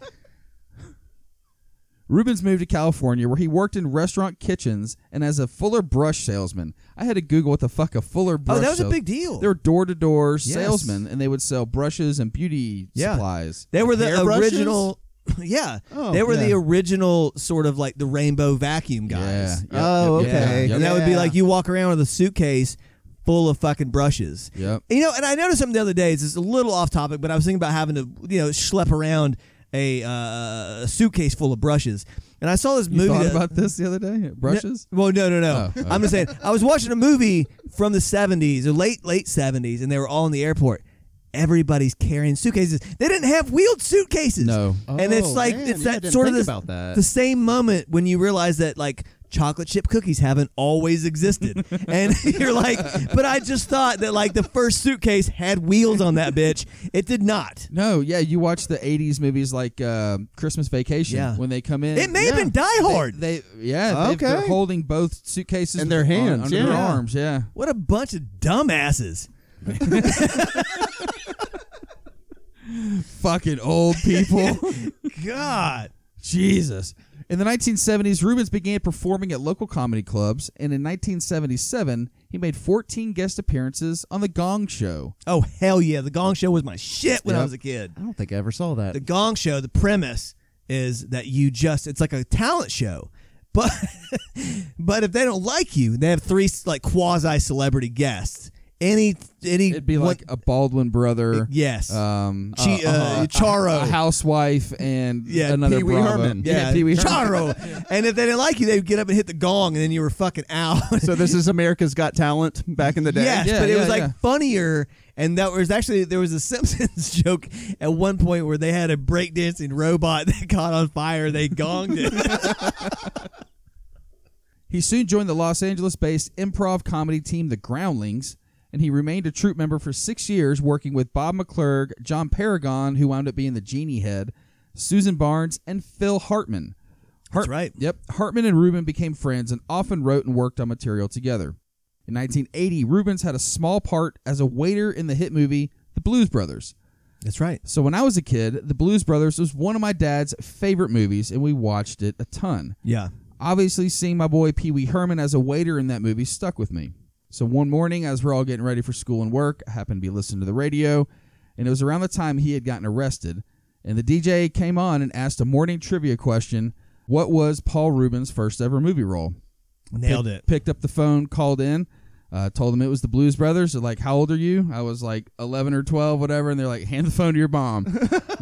[SPEAKER 2] Rubens moved to California where he worked in restaurant kitchens and as a fuller brush salesman. I had to Google what the fuck Oh, a fuller brush
[SPEAKER 4] Oh, that was a
[SPEAKER 2] sales-
[SPEAKER 4] big deal.
[SPEAKER 2] They were door to door salesmen and they would sell brushes and beauty
[SPEAKER 4] Yeah.
[SPEAKER 2] supplies.
[SPEAKER 4] They were the
[SPEAKER 2] Hairbrushes?
[SPEAKER 4] original. (laughs) Yeah,
[SPEAKER 2] Oh,
[SPEAKER 4] they were the
[SPEAKER 2] yeah.
[SPEAKER 4] original sort of like the rainbow vacuum
[SPEAKER 2] Yeah.
[SPEAKER 4] guys.
[SPEAKER 2] Yep,
[SPEAKER 5] Oh,
[SPEAKER 2] yep, yep,
[SPEAKER 5] okay.
[SPEAKER 2] yep,
[SPEAKER 4] And that would be
[SPEAKER 5] Yeah.
[SPEAKER 4] like you walk around with a suitcase full of fucking brushes.
[SPEAKER 2] Yep.
[SPEAKER 4] You know, and I noticed something the other day. It's just a little off topic, but I was thinking about having to, you know, schlep around a uh, suitcase full of brushes. And I saw this
[SPEAKER 2] You
[SPEAKER 4] movie.
[SPEAKER 2] thought
[SPEAKER 4] that-
[SPEAKER 2] about this the other day? Brushes?
[SPEAKER 4] No, well, no, no, no.
[SPEAKER 2] Oh, okay.
[SPEAKER 4] I'm just saying. I was watching a movie from the 70s, or late late 70s, and they were all in the airport. Everybody's carrying suitcases. They didn't have wheeled suitcases.
[SPEAKER 2] No.
[SPEAKER 4] and it's
[SPEAKER 5] Oh,
[SPEAKER 4] like
[SPEAKER 5] man,
[SPEAKER 4] it's
[SPEAKER 5] yeah, I
[SPEAKER 4] that
[SPEAKER 5] didn't
[SPEAKER 4] sort of
[SPEAKER 5] think
[SPEAKER 4] this,
[SPEAKER 5] about that.
[SPEAKER 4] the same moment when you realize that like chocolate chip cookies haven't always existed, and (laughs) you're like, but I just thought that like the first suitcase had wheels on that bitch. It did not.
[SPEAKER 2] No, yeah, you watch the 80s movies like um Christmas Vacation
[SPEAKER 4] Yeah.
[SPEAKER 2] when they come in.
[SPEAKER 4] It may have
[SPEAKER 2] Yeah.
[SPEAKER 4] been Die Hard.
[SPEAKER 2] They, they- yeah, they- they're
[SPEAKER 5] Okay.
[SPEAKER 2] holding both suitcases
[SPEAKER 5] In their
[SPEAKER 2] on-
[SPEAKER 5] hands,
[SPEAKER 2] under their
[SPEAKER 5] yeah.
[SPEAKER 2] arms, yeah.
[SPEAKER 4] what a bunch of dumbasses.
[SPEAKER 2] Fucking old people. (laughs)
[SPEAKER 4] God.
[SPEAKER 2] Jesus. In the 1970s, Rubens began performing at local comedy clubs, and in 1977, he made 14 guest appearances on The Gong Show.
[SPEAKER 4] Oh hell yeah! The Gong Show was my shit when I
[SPEAKER 2] Yep.
[SPEAKER 4] was a kid.
[SPEAKER 5] I don't think I ever saw that.
[SPEAKER 4] The Gong Show, the premise is that you just it's like a talent show. But (laughs) but if they don't like you, they have three like quasi celebrity guests. Any any
[SPEAKER 2] It'd be
[SPEAKER 4] one-
[SPEAKER 2] like a Baldwin brother,
[SPEAKER 4] yes.
[SPEAKER 2] um,
[SPEAKER 4] She- uh,
[SPEAKER 2] a-
[SPEAKER 4] Charo.
[SPEAKER 2] a housewife, and
[SPEAKER 4] yeah,
[SPEAKER 2] another
[SPEAKER 4] Pee Wee
[SPEAKER 2] Bravo.
[SPEAKER 4] Herman.
[SPEAKER 2] Yeah, Pee Wee Herman.
[SPEAKER 4] Charo. and if they didn't like you, they would get up and hit the gong, and then you were fucking out. (laughs)
[SPEAKER 5] (laughs) so this is America's Got Talent back in the (laughs) day.
[SPEAKER 4] Yes,
[SPEAKER 2] Yeah,
[SPEAKER 4] but it
[SPEAKER 2] yeah,
[SPEAKER 4] was like
[SPEAKER 2] yeah.
[SPEAKER 4] funnier, and that was actually there was a (laughs) Simpsons joke at one point where they had a breakdancing robot (laughs) that caught on fire. They
[SPEAKER 2] (laughs)
[SPEAKER 4] gonged it.
[SPEAKER 2] He soon joined the Los Angeles based improv comedy team, The Groundlings, and he remained a troupe member for six years, working with Bob McClurg, John Paragon, who wound up being the Genie Head, Susan Barnes, and Phil Hartman.
[SPEAKER 4] That's right.
[SPEAKER 2] Yep. Hartman and Rubin became friends and often wrote and worked on material together. In 1980, Rubens had a small part as a waiter in the hit movie The Blues Brothers.
[SPEAKER 4] That's right.
[SPEAKER 2] So when I was a kid, The Blues Brothers was one of my dad's favorite movies, and we watched it a ton.
[SPEAKER 4] Yeah.
[SPEAKER 2] Obviously, seeing my boy Pee Wee Herman as a waiter in that movie stuck with me. So one morning, as we're all getting ready for school and work, I happened to be listening to the radio, and it was around the time he had gotten arrested. And the DJ came on and asked a morning trivia question What was Paul Rubin's first ever movie role?
[SPEAKER 4] Nailed
[SPEAKER 2] Pick-
[SPEAKER 4] it.
[SPEAKER 2] Picked up the phone, called in, uh, told them it was the Blues Brothers. They're like, "How old are you?" I was like, "11 or 12, whatever." And they're like, "Hand the phone to your
[SPEAKER 4] (laughs)
[SPEAKER 2] mom."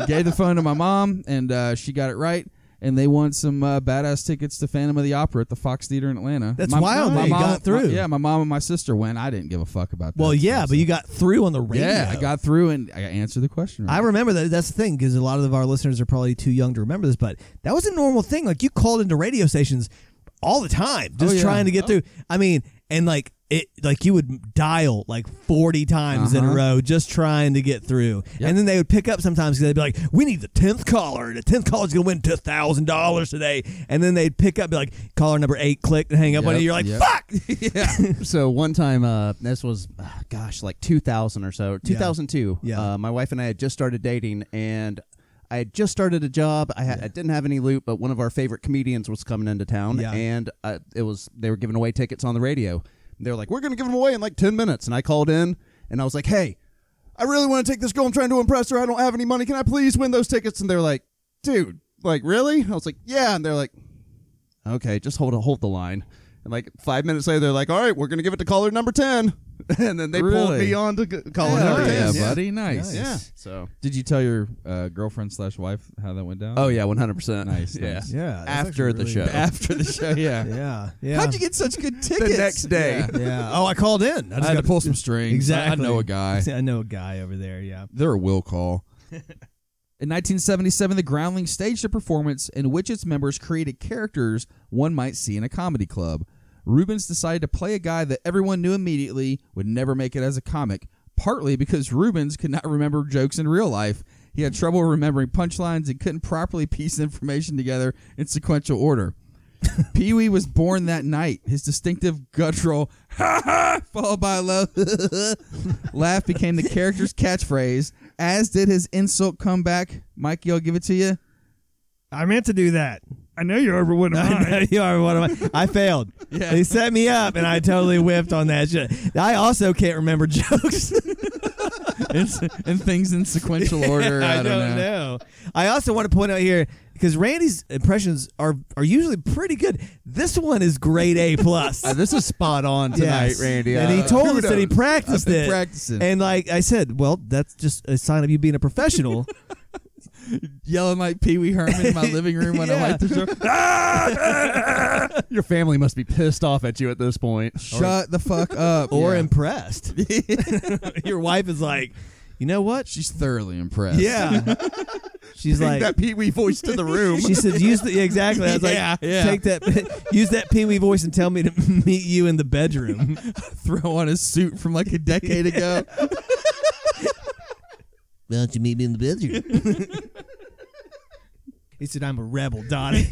[SPEAKER 2] Gave the phone to my mom, and uh, she got it right. And they won some uh, badass tickets to Phantom of the Opera at the Fox Theater in Atlanta.
[SPEAKER 4] That's wild that you
[SPEAKER 2] mom,
[SPEAKER 4] got through.
[SPEAKER 2] my- yeah, my mom and my sister went. I didn't give a fuck about that.
[SPEAKER 4] Well, yeah,
[SPEAKER 2] So-
[SPEAKER 4] but you got through on the radio.
[SPEAKER 2] yeah, I got through and I answered the question. Right.
[SPEAKER 4] I remember that. That's the thing because a lot of our listeners are probably too young to remember this, but that was a normal thing. Like you called into radio stations all the time, just
[SPEAKER 2] Oh, yeah.
[SPEAKER 4] trying to get through. I mean, and like it, like you would dial like forty times in a
[SPEAKER 2] Uh-huh.
[SPEAKER 4] row, just trying to get through. And then they would pick up sometimes because they'd be like, "We need the tenth caller. The tenth caller's gonna win two thousand dollars today." And then they'd pick up, be like, "Caller number eight, click and hang up on
[SPEAKER 2] Yep,
[SPEAKER 4] it." You're like,
[SPEAKER 2] yep. (laughs)
[SPEAKER 4] "Fuck!"
[SPEAKER 5] so one time uh, this was uh, gosh like 2000 or so 2002
[SPEAKER 4] Yeah.
[SPEAKER 5] Uh, my wife and i had just started dating and i had just started a job I, had, I didn't have any loot but one of our favorite comedians was coming into town
[SPEAKER 4] Yeah.
[SPEAKER 5] and uh, it was they were giving away tickets on the radio they were like we're going to give them away in like 10 minutes and i called in and i was like hey i really want to take this girl i'm trying to impress her i don't have any money can i please win those tickets and they're like dude like really i was like yeah and they're like okay, just hold hold the line. And like five minutes later, they're like, all right, we're gonna give it to caller number ten, (laughs) and then they pulled
[SPEAKER 2] Really?
[SPEAKER 5] me on to g- caller
[SPEAKER 2] Hell
[SPEAKER 5] number
[SPEAKER 2] yeah,
[SPEAKER 5] ten.
[SPEAKER 2] buddy. Nice.
[SPEAKER 5] Yeah. So.
[SPEAKER 2] Did you tell your uh, girlfriend slash wife how that went down?
[SPEAKER 5] Oh yeah, one hundred percent.
[SPEAKER 2] Nice, nice.
[SPEAKER 4] Yeah.
[SPEAKER 5] After the show.
[SPEAKER 2] after the show. (laughs) Yeah.
[SPEAKER 4] Yeah. Yeah.
[SPEAKER 2] How'd you get such
[SPEAKER 4] (laughs)
[SPEAKER 2] good
[SPEAKER 5] The
[SPEAKER 2] tickets?
[SPEAKER 5] next day.
[SPEAKER 2] Yeah.
[SPEAKER 4] yeah. Oh, I called in. I
[SPEAKER 2] I
[SPEAKER 4] just
[SPEAKER 2] had to
[SPEAKER 4] got
[SPEAKER 2] pull some strings.
[SPEAKER 4] Exactly.
[SPEAKER 2] I, I know a guy.
[SPEAKER 4] (laughs) I know a guy over there. Yeah.
[SPEAKER 2] They're a will call. In 1977, the Groundling staged a performance in which its members created characters one might see in a comedy club. Rubens decided to play a guy that everyone knew immediately would never make it as a comic, partly because Rubens could not remember jokes in real life. He had trouble remembering punchlines and couldn't properly piece information together in sequential order. Pee Wee was born that night. His distinctive guttural, ha ha, followed by a low (laughs) laugh became the character's catchphrase, as did his insult comeback. Mikey, I'll give it to you.
[SPEAKER 4] I meant to do that. I know you're over one of mine. (laughs) I you are one of mine. I (laughs) failed.
[SPEAKER 2] Yeah.
[SPEAKER 4] They set me up, and I totally whiffed on that shit. I also can't remember (laughs) jokes.
[SPEAKER 2] and, and things in
[SPEAKER 5] (laughs)
[SPEAKER 2] sequential
[SPEAKER 4] (laughs)
[SPEAKER 2] order. I, don't, know.
[SPEAKER 4] I also want to point out here because Randy's impressions are are usually pretty good. This one is grade A
[SPEAKER 2] (laughs)
[SPEAKER 4] plus.
[SPEAKER 5] (laughs) this is spot on tonight,
[SPEAKER 4] Yes.
[SPEAKER 5] Randy.
[SPEAKER 4] And he
[SPEAKER 5] Uh,
[SPEAKER 4] told us that he
[SPEAKER 2] I've
[SPEAKER 4] practiced
[SPEAKER 2] been
[SPEAKER 4] it.
[SPEAKER 2] practicing.
[SPEAKER 4] And like I said, well, that's just a sign of you being a
[SPEAKER 2] (laughs)
[SPEAKER 4] professional.
[SPEAKER 2] Yelling like Pee Wee Herman
[SPEAKER 5] (laughs)
[SPEAKER 2] in my living room when
[SPEAKER 4] (laughs) Yeah.
[SPEAKER 2] I like the show.
[SPEAKER 5] your family must be pissed off at you at this point.
[SPEAKER 2] Shut the fuck up.
[SPEAKER 4] or
[SPEAKER 2] Yeah. (laughs)
[SPEAKER 4] impressed. (laughs) Your wife is like, you know what?
[SPEAKER 2] She's thoroughly impressed.
[SPEAKER 4] Yeah. (laughs) She's like,
[SPEAKER 5] that Pee Wee voice
[SPEAKER 2] (laughs)
[SPEAKER 5] to the room.
[SPEAKER 4] she said, use the, yeah, exactly. I was
[SPEAKER 2] Yeah,
[SPEAKER 4] like,
[SPEAKER 2] yeah.
[SPEAKER 4] take that, (laughs) use that pee wee voice and tell me to (laughs) meet you in
[SPEAKER 2] (laughs)
[SPEAKER 4] the bedroom.
[SPEAKER 2] Throw on a suit from like a decade ago.
[SPEAKER 6] Why don't you meet me in the bedroom?
[SPEAKER 4] he said, I'm a rebel,
[SPEAKER 2] (laughs)
[SPEAKER 4] Donnie.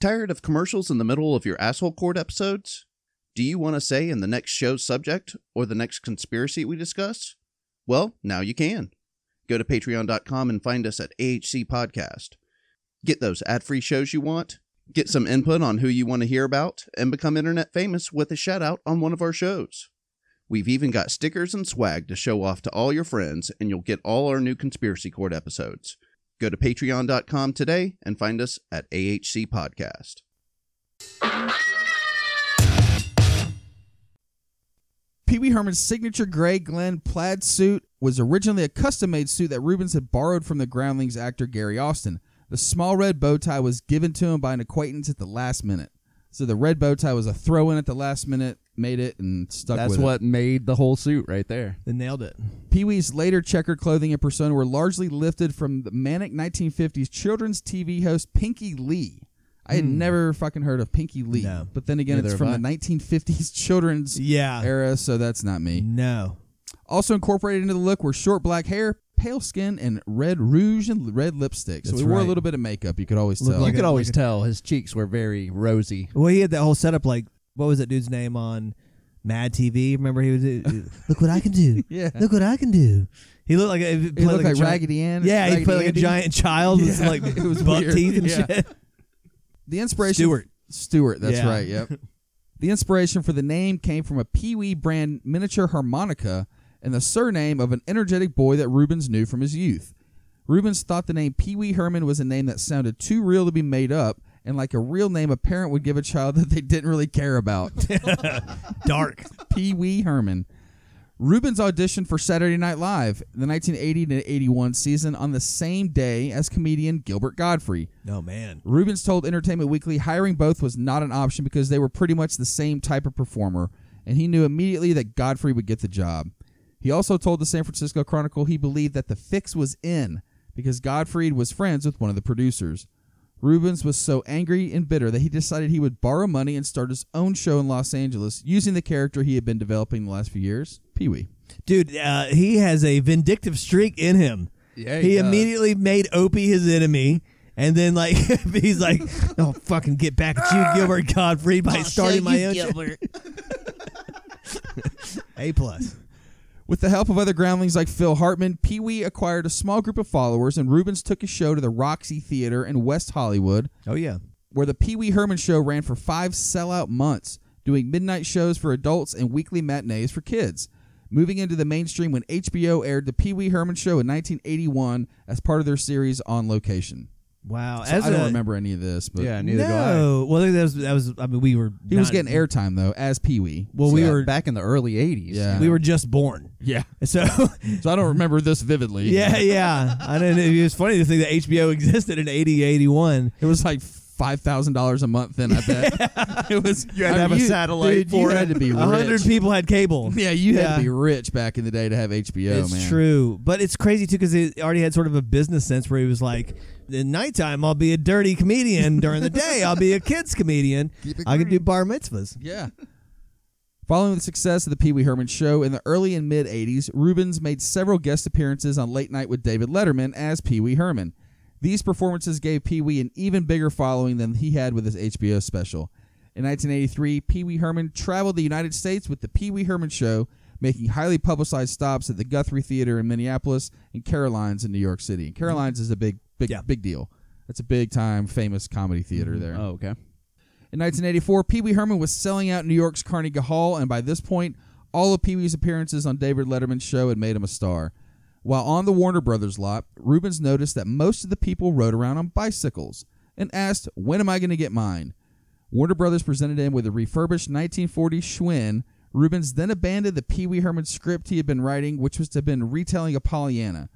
[SPEAKER 7] Tired of commercials in the middle of your asshole court episodes? Do you want to say in the next show's subject or the next conspiracy we discuss? Well, now you can. Go to patreon.com and find us at AHC Podcast. Get those ad free shows you want, get some input on who you want to hear about, and become internet famous with a shout out on one of our shows. We've even got stickers and swag to show off to all your friends, and you'll get all our new Conspiracy Court episodes. Go to patreon.com today and find us at AHC Podcast.
[SPEAKER 2] Pee Wee Herman's signature gray Glen plaid suit was originally a custom made suit that Rubens had borrowed from the Groundlings actor Gary Austin. The small red bow tie was given to him by an acquaintance at the last minute. So the red bow tie was a throw in at the last minute, made it, and stuck
[SPEAKER 5] That's
[SPEAKER 2] with it.
[SPEAKER 5] what made the whole suit right there.
[SPEAKER 4] they nailed it.
[SPEAKER 2] Pee Wee's later checkered clothing and persona were largely lifted from the manic 1950s children's TV host Pinky Lee. I had never fucking heard of Pinky Lee,
[SPEAKER 4] No.
[SPEAKER 2] but then again, it's from the 1950s (laughs) children's
[SPEAKER 4] Yeah.
[SPEAKER 2] era, so that's not me.
[SPEAKER 4] No.
[SPEAKER 2] Also incorporated into the look were short black hair, pale skin and red rouge and red lipstick. So
[SPEAKER 4] That's
[SPEAKER 2] he wore a
[SPEAKER 4] right.
[SPEAKER 2] little bit of makeup. You could always
[SPEAKER 4] Looked
[SPEAKER 2] tell.
[SPEAKER 4] like
[SPEAKER 5] you could
[SPEAKER 4] a-
[SPEAKER 5] always
[SPEAKER 4] like a-
[SPEAKER 5] tell his cheeks were very rosy.
[SPEAKER 4] Well, he had that whole setup. Like, what was that dude's name on Mad TV? Remember he was. uh,
[SPEAKER 2] (laughs)
[SPEAKER 4] Look what I can do.
[SPEAKER 2] yeah.
[SPEAKER 4] Look what I can do. He looked like a, he
[SPEAKER 2] He
[SPEAKER 4] played
[SPEAKER 2] looked
[SPEAKER 4] like
[SPEAKER 2] like,
[SPEAKER 4] a giant-
[SPEAKER 2] Raggedy Ann.
[SPEAKER 4] Yeah, he
[SPEAKER 2] Raggedy
[SPEAKER 4] played like a
[SPEAKER 2] Andy.
[SPEAKER 4] giant child with
[SPEAKER 2] (laughs) Yeah.
[SPEAKER 4] like
[SPEAKER 2] It was
[SPEAKER 4] buck
[SPEAKER 2] weird.
[SPEAKER 4] teeth and
[SPEAKER 2] Yeah.
[SPEAKER 4] shit.
[SPEAKER 2] The inspiration.
[SPEAKER 4] Stewart.
[SPEAKER 2] Stewart, that's
[SPEAKER 4] Yeah.
[SPEAKER 2] right,
[SPEAKER 4] (laughs)
[SPEAKER 2] yep. the inspiration for the name came from a Pee Wee brand miniature harmonica and the surname of an energetic boy that Rubens knew from his youth. Rubens thought the name Pee Wee Herman was a name that sounded too real to be made up and like a real name a parent would give a child (laughs) that they didn't really care about.
[SPEAKER 4] Dark.
[SPEAKER 2] Pee Wee Herman. Rubens auditioned for Saturday Night Live, the 1980 to 81 season, on the same day as comedian Gilbert Godfrey.
[SPEAKER 4] (laughs) No man.
[SPEAKER 2] Rubens told Entertainment Weekly hiring both was not an option because they were pretty much the same type of performer, and he knew immediately that Godfrey would get the job. He also told the San Francisco Chronicle he believed that the fix was in because Godfrey was friends with one of the producers. Rubens was so angry and bitter that he decided he would borrow money and start his own show in Los Angeles using the character he had been developing the last few years, Pee Wee.
[SPEAKER 4] Dude, uh, he has a vindictive streak in him.
[SPEAKER 2] Yeah,
[SPEAKER 4] he immediately made Opie his enemy. And then, like, (laughs) he's like, "I'll fucking get back at you, Gilbert Godfrey, by starting my own show." A plus.
[SPEAKER 2] With the help of other groundlings like Phil Hartman, Pee Wee acquired a small group of followers, and Rubens took his show to the Roxy Theater in West Hollywood,
[SPEAKER 4] Oh yeah.
[SPEAKER 2] where the Pee Wee Herman show ran for five sellout months, doing midnight shows for adults and weekly matinees for kids. Moving into the mainstream when HBO aired the Pee Wee Herman show in 1981 as part of their series On Location.
[SPEAKER 4] Wow.
[SPEAKER 2] So
[SPEAKER 4] As
[SPEAKER 2] I don't
[SPEAKER 4] a-
[SPEAKER 2] remember any of this, but
[SPEAKER 5] Yeah, neither do I.
[SPEAKER 4] No. Well, that was that was. I mean, we were.
[SPEAKER 2] he was
[SPEAKER 4] not-
[SPEAKER 2] getting airtime though as Pee Wee.
[SPEAKER 4] Well, we
[SPEAKER 5] Yeah,
[SPEAKER 4] were.
[SPEAKER 5] back in the early '80s.
[SPEAKER 2] Yeah,
[SPEAKER 4] We were just born.
[SPEAKER 2] yeah.
[SPEAKER 4] So (laughs)
[SPEAKER 2] So I don't remember this vividly.
[SPEAKER 4] yeah, yeah. I didn't. It was funny to think that HBO existed in 80, 81.
[SPEAKER 2] It was like five thousand dollars a month. Then
[SPEAKER 4] (laughs)
[SPEAKER 2] I bet it was. You
[SPEAKER 4] had to have a
[SPEAKER 2] satellite for you had to be
[SPEAKER 4] hundred
[SPEAKER 2] rich.
[SPEAKER 4] people had cable.
[SPEAKER 2] (laughs) Yeah, you had
[SPEAKER 4] Yeah.
[SPEAKER 2] to be rich back in the day to have HBO.
[SPEAKER 4] it's
[SPEAKER 2] man.
[SPEAKER 4] true, but it's crazy too because it already had sort of a business sense where he was like, "In nighttime, I'll be a dirty comedian. During the day, I'll be a
[SPEAKER 2] (laughs)
[SPEAKER 4] kids comedian. I can do bar mitzvahs."
[SPEAKER 2] Yeah. Following the success of the Pee Wee Herman show in the early and mid 80s, Rubens made several guest appearances on Late Night with David Letterman as Pee Wee Herman. These performances gave Pee Wee an even bigger following than he had with his HBO special. In 1983, Pee Wee Herman traveled the United States with the Pee Wee Herman show, making highly publicized stops at the Guthrie Theater in Minneapolis and Caroline's in New York City. And Caroline's is a big, big,
[SPEAKER 4] Yeah.
[SPEAKER 2] big deal. That's a big time famous comedy theater there.
[SPEAKER 5] Oh, okay.
[SPEAKER 2] In 1984, Pee Wee Herman was selling out New York's Carnegie Hall, and by this point, all of Pee Wee's appearances on David Letterman's show had made him a star. While on the Warner Brothers lot, Rubens noticed that most of the people rode around on bicycles and asked, When am I going to get mine? Warner Brothers presented him with a refurbished 1940 Schwinn. Rubens then abandoned the Pee Wee Herman script he had been writing, which was to have been retelling Pollyanna.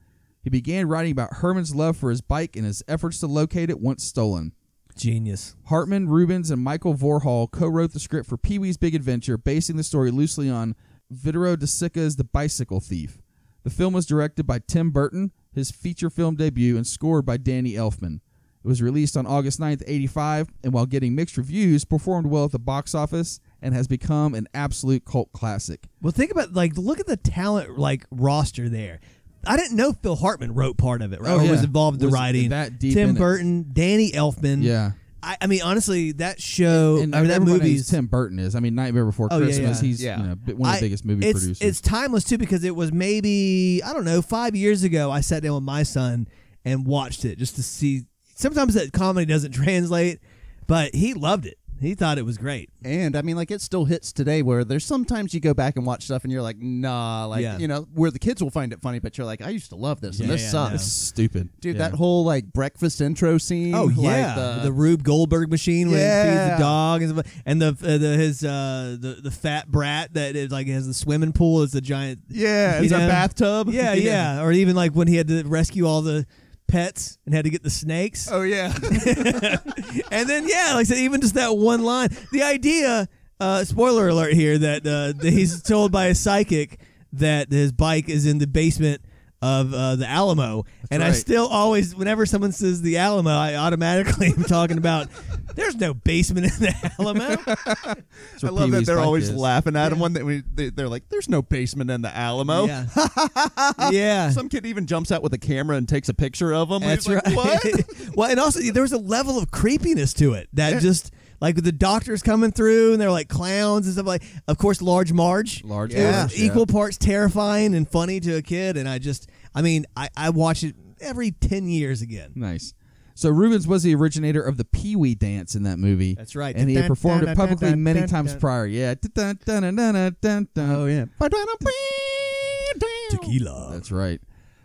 [SPEAKER 2] He began writing about Herman's love for his bike and his efforts to locate it once stolen.
[SPEAKER 4] Genius.
[SPEAKER 2] Hartman, Rubens, and Michael Vorhall co-wrote the script for Pee Wee's Big Adventure, basing the story loosely on Vittorio De Sica's The Bicycle Thief. The film was directed by Tim Burton, his feature film debut, and scored by Danny Elfman. It was released on August 9th, 85, and while getting mixed reviews, performed well at the box office and has become an absolute cult classic.
[SPEAKER 4] Well, think about like look at the talent like roster there. I didn't know Phil Hartman wrote part of it, right?
[SPEAKER 2] Oh,
[SPEAKER 4] or was
[SPEAKER 2] yeah.
[SPEAKER 4] involved in the
[SPEAKER 2] Was
[SPEAKER 4] writing.
[SPEAKER 2] that deep
[SPEAKER 4] Tim
[SPEAKER 2] in it.
[SPEAKER 4] Burton, Danny Elfman.
[SPEAKER 2] Yeah.
[SPEAKER 4] I, I mean, honestly, that show
[SPEAKER 2] And
[SPEAKER 4] Mm-hmm. Oh, I mean, that
[SPEAKER 2] everyone knows
[SPEAKER 4] movie's
[SPEAKER 2] Tim Burton is. I mean, Nightmare Before
[SPEAKER 4] Oh, yeah,
[SPEAKER 2] Christmas.
[SPEAKER 4] yeah.
[SPEAKER 2] He's
[SPEAKER 5] Yeah.
[SPEAKER 2] you know, bi- one of the
[SPEAKER 4] I-
[SPEAKER 2] biggest movie
[SPEAKER 4] it's,
[SPEAKER 2] producers.
[SPEAKER 4] It's timeless too because it was maybe I don't know five years ago. I sat down with my son and watched it just to see. Sometimes that comedy doesn't (laughs) translate, but he loved it. He thought it was great.
[SPEAKER 5] And I mean, like it still hits today. Where there's sometimes you go back and watch stuff, and you're like, nah, like
[SPEAKER 4] Yeah.
[SPEAKER 5] you know, where the kids will find it funny, but you're like, I used to love this, and
[SPEAKER 4] Yeah,
[SPEAKER 5] this
[SPEAKER 4] yeah,
[SPEAKER 5] sucks,
[SPEAKER 2] stupid.
[SPEAKER 5] dude.
[SPEAKER 2] Yeah.
[SPEAKER 5] That whole like breakfast intro scene.
[SPEAKER 4] Oh yeah,
[SPEAKER 5] like,
[SPEAKER 4] the, Rube Goldberg machine when he feeds
[SPEAKER 5] Yeah.
[SPEAKER 4] the dog and, stuff- and the, uh, the his uh, the the fat brat that is like has the swimming pool is the giant.
[SPEAKER 5] yeah,
[SPEAKER 4] you
[SPEAKER 5] it's a
[SPEAKER 4] know?
[SPEAKER 5] bathtub.
[SPEAKER 4] Yeah, yeah, Or even like when he had to rescue all the pets and had to get the snakes.
[SPEAKER 5] Oh yeah.
[SPEAKER 4] (laughs) and then yeah, like I said, even just that one line. The idea, uh, spoiler alert here, that, uh, that he's told by a psychic that his bike is in the basement of uh, the Alamo, and I
[SPEAKER 2] right.
[SPEAKER 4] still always, whenever someone says the Alamo, I automatically (laughs) am talking about. There's no basement in the Alamo.
[SPEAKER 2] That's what
[SPEAKER 5] (laughs) I love that
[SPEAKER 2] Pee-wee's
[SPEAKER 5] they're
[SPEAKER 2] Bike
[SPEAKER 5] always
[SPEAKER 2] is.
[SPEAKER 5] laughing at him when they, when they- they're like, "There's no basement in the Alamo."
[SPEAKER 4] Yeah. yeah.
[SPEAKER 5] Some kid even jumps out with a camera and takes a picture of him.
[SPEAKER 4] That's
[SPEAKER 5] He's like,
[SPEAKER 4] right.
[SPEAKER 5] (laughs)
[SPEAKER 4] (laughs)
[SPEAKER 5] What?
[SPEAKER 4] well, and also there was a level of creepiness to it that just like the doctors coming through and they're like clowns and stuff like. Of course, Large Marge.
[SPEAKER 2] Large
[SPEAKER 4] It was
[SPEAKER 2] Marge, yeah.
[SPEAKER 4] equal parts terrifying and funny to a kid, and I just, I mean, I, I watch it every ten years again.
[SPEAKER 2] Nice. So Rubens was the originator of the Pee Wee dance in that movie.
[SPEAKER 4] That's right.
[SPEAKER 2] And he had
[SPEAKER 4] Dun,
[SPEAKER 2] performed
[SPEAKER 4] dun,
[SPEAKER 2] it
[SPEAKER 4] dun,
[SPEAKER 2] publicly
[SPEAKER 4] dun,
[SPEAKER 2] many
[SPEAKER 4] dun,
[SPEAKER 2] times
[SPEAKER 4] dun.
[SPEAKER 2] prior. Yeah. Dun, dun, dun, dun, dun, dun, dun.
[SPEAKER 4] Oh yeah,
[SPEAKER 5] Tequila.
[SPEAKER 4] tequila.
[SPEAKER 2] That's right.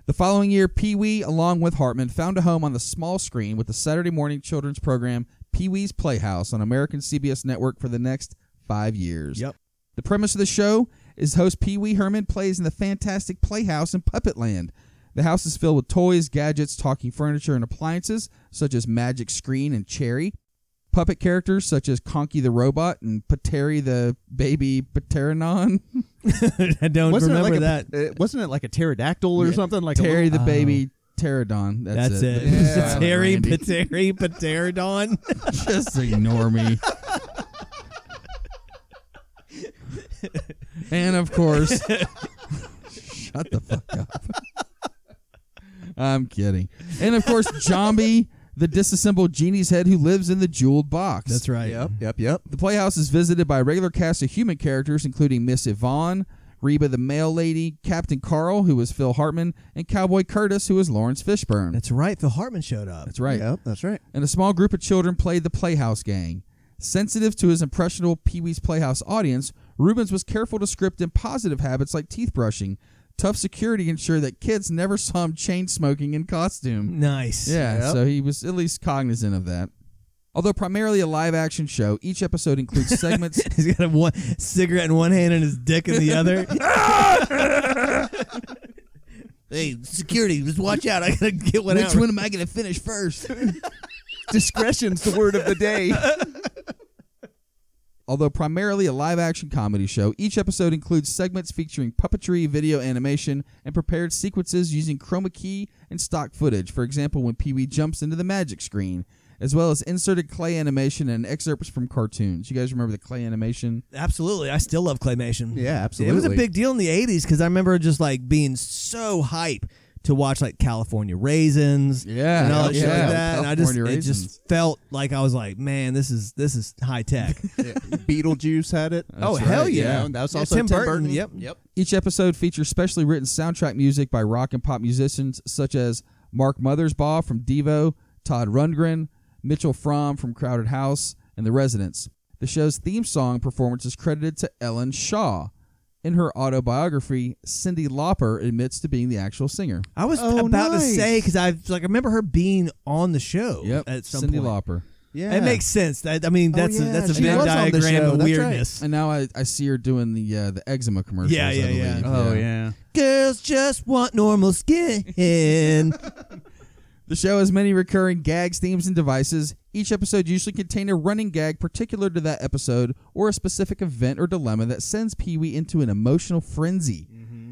[SPEAKER 2] The following year, Pee Wee, along with Hartman, found a home on the small screen with the Saturday morning children's program Pee Wee's Playhouse on American CBS Network for the next five years.
[SPEAKER 4] Yep.
[SPEAKER 2] The premise of the show is host Pee Wee Herman plays in the fantastic Playhouse in Puppetland. The house is filled with toys, gadgets, talking furniture, and appliances such as Magic Screen and Cherry. Puppet characters such as Conky the Robot and Pateri the Baby Pateronon.
[SPEAKER 4] (laughs) I don't
[SPEAKER 5] Wasn't
[SPEAKER 4] remember
[SPEAKER 5] it
[SPEAKER 4] that.
[SPEAKER 5] like A, uh, wasn't it like a pterodactyl or
[SPEAKER 2] Yeah.
[SPEAKER 5] something? Like a
[SPEAKER 2] Terry
[SPEAKER 5] little-
[SPEAKER 2] the Baby Pterodon. That's,
[SPEAKER 4] oh. That's it.
[SPEAKER 2] Yeah.
[SPEAKER 4] (laughs) Terry
[SPEAKER 2] Randy.
[SPEAKER 4] Pateri
[SPEAKER 2] (laughs)
[SPEAKER 4] Pterodon.
[SPEAKER 2] Just ignore
[SPEAKER 4] (laughs)
[SPEAKER 2] me. and of course, shut the fuck up. I'm kidding. And of course, Jambi, the disassembled genie's head who lives in the jeweled box.
[SPEAKER 4] That's right.
[SPEAKER 5] Yep, (laughs) yep, yep.
[SPEAKER 2] The Playhouse is visited by a regular cast of human characters, including Miss Yvonne, Reba the Mail Lady, Captain Carl, who is Phil Hartman, and Cowboy Curtis, who is Lawrence Fishburne.
[SPEAKER 4] That's right. Phil Hartman showed up.
[SPEAKER 2] That's right
[SPEAKER 5] Yep, that's right.
[SPEAKER 2] and a small group of children played the Playhouse Gang. Sensitive to his impressionable Pee Wee's Playhouse audience, Rubens was careful to script in positive habits like teeth brushing. Tough security ensured that kids never saw him chain smoking in costume.
[SPEAKER 4] Nice.
[SPEAKER 2] Yeah, so he was at least cognizant of that. Although primarily a live action show, each episode includes segments.
[SPEAKER 4] (laughs) He's got a one cigarette in one hand and his dick in the (laughs) other.
[SPEAKER 6] Hey, security, just watch out. I gotta get one out.
[SPEAKER 2] Which one am I going to finish first?
[SPEAKER 5] (laughs) Discretion's the word of the day.
[SPEAKER 2] (laughs) Although primarily a live action comedy show, each episode includes segments featuring puppetry, video animation, and prepared sequences using chroma key and stock footage. For example, when Pee Wee jumps into the magic screen, as well as inserted clay animation and excerpts from cartoons. You guys remember the clay animation?
[SPEAKER 4] Absolutely. I still love claymation.
[SPEAKER 5] Yeah,
[SPEAKER 4] It was a
[SPEAKER 5] absolutely.
[SPEAKER 4] big deal in the 80s because I remember just like being so hype to watch like California Raisins.
[SPEAKER 2] Yeah,
[SPEAKER 4] And all that
[SPEAKER 2] yeah,
[SPEAKER 4] shit like
[SPEAKER 2] yeah.
[SPEAKER 4] that. And I just,
[SPEAKER 2] California
[SPEAKER 4] it
[SPEAKER 2] Raisins.
[SPEAKER 4] just felt like I was like, man, this is, this is
[SPEAKER 2] (laughs)
[SPEAKER 4] high tech.
[SPEAKER 5] (laughs) Beetlejuice had it. oh
[SPEAKER 2] right,
[SPEAKER 5] hell
[SPEAKER 2] yeah.
[SPEAKER 5] yeah! And that was
[SPEAKER 4] Yeah,
[SPEAKER 5] also
[SPEAKER 4] Tim
[SPEAKER 5] Tim,
[SPEAKER 4] Burton, yep.
[SPEAKER 5] yep.
[SPEAKER 2] Each episode features specially written soundtrack music by rock and pop musicians such as Mark Mothersbaugh from Devo, Todd Rundgren, Mitchell Fromm from Crowded House, and The Residents. The show's theme song performance is credited to Ellen Shaw. In her autobiography, Cindy Lauper admits to being the actual singer.
[SPEAKER 4] I was
[SPEAKER 5] Oh,
[SPEAKER 4] about to
[SPEAKER 5] nice.
[SPEAKER 4] say, cause I like, I remember her being on the show at some
[SPEAKER 2] Cindy
[SPEAKER 4] point.
[SPEAKER 2] Lauper.
[SPEAKER 5] Yeah,
[SPEAKER 4] It makes sense. I, I mean,
[SPEAKER 5] Oh,
[SPEAKER 4] that's a,
[SPEAKER 5] yeah,
[SPEAKER 4] that's a
[SPEAKER 5] she
[SPEAKER 4] Venn
[SPEAKER 5] was on the
[SPEAKER 4] diagram of
[SPEAKER 5] show. That's right.
[SPEAKER 4] weirdness.
[SPEAKER 2] And now I, I see her doing the uh, the eczema commercials.
[SPEAKER 4] Yeah,
[SPEAKER 2] I
[SPEAKER 4] yeah, yeah.
[SPEAKER 2] believe.
[SPEAKER 5] Oh yeah.
[SPEAKER 4] Girls just want normal
[SPEAKER 5] (laughs)
[SPEAKER 4] skin.
[SPEAKER 2] The show has many recurring gags, themes, and devices. Each episode usually contains a running gag particular to that episode or a specific event or dilemma that sends Pee Wee into an emotional frenzy.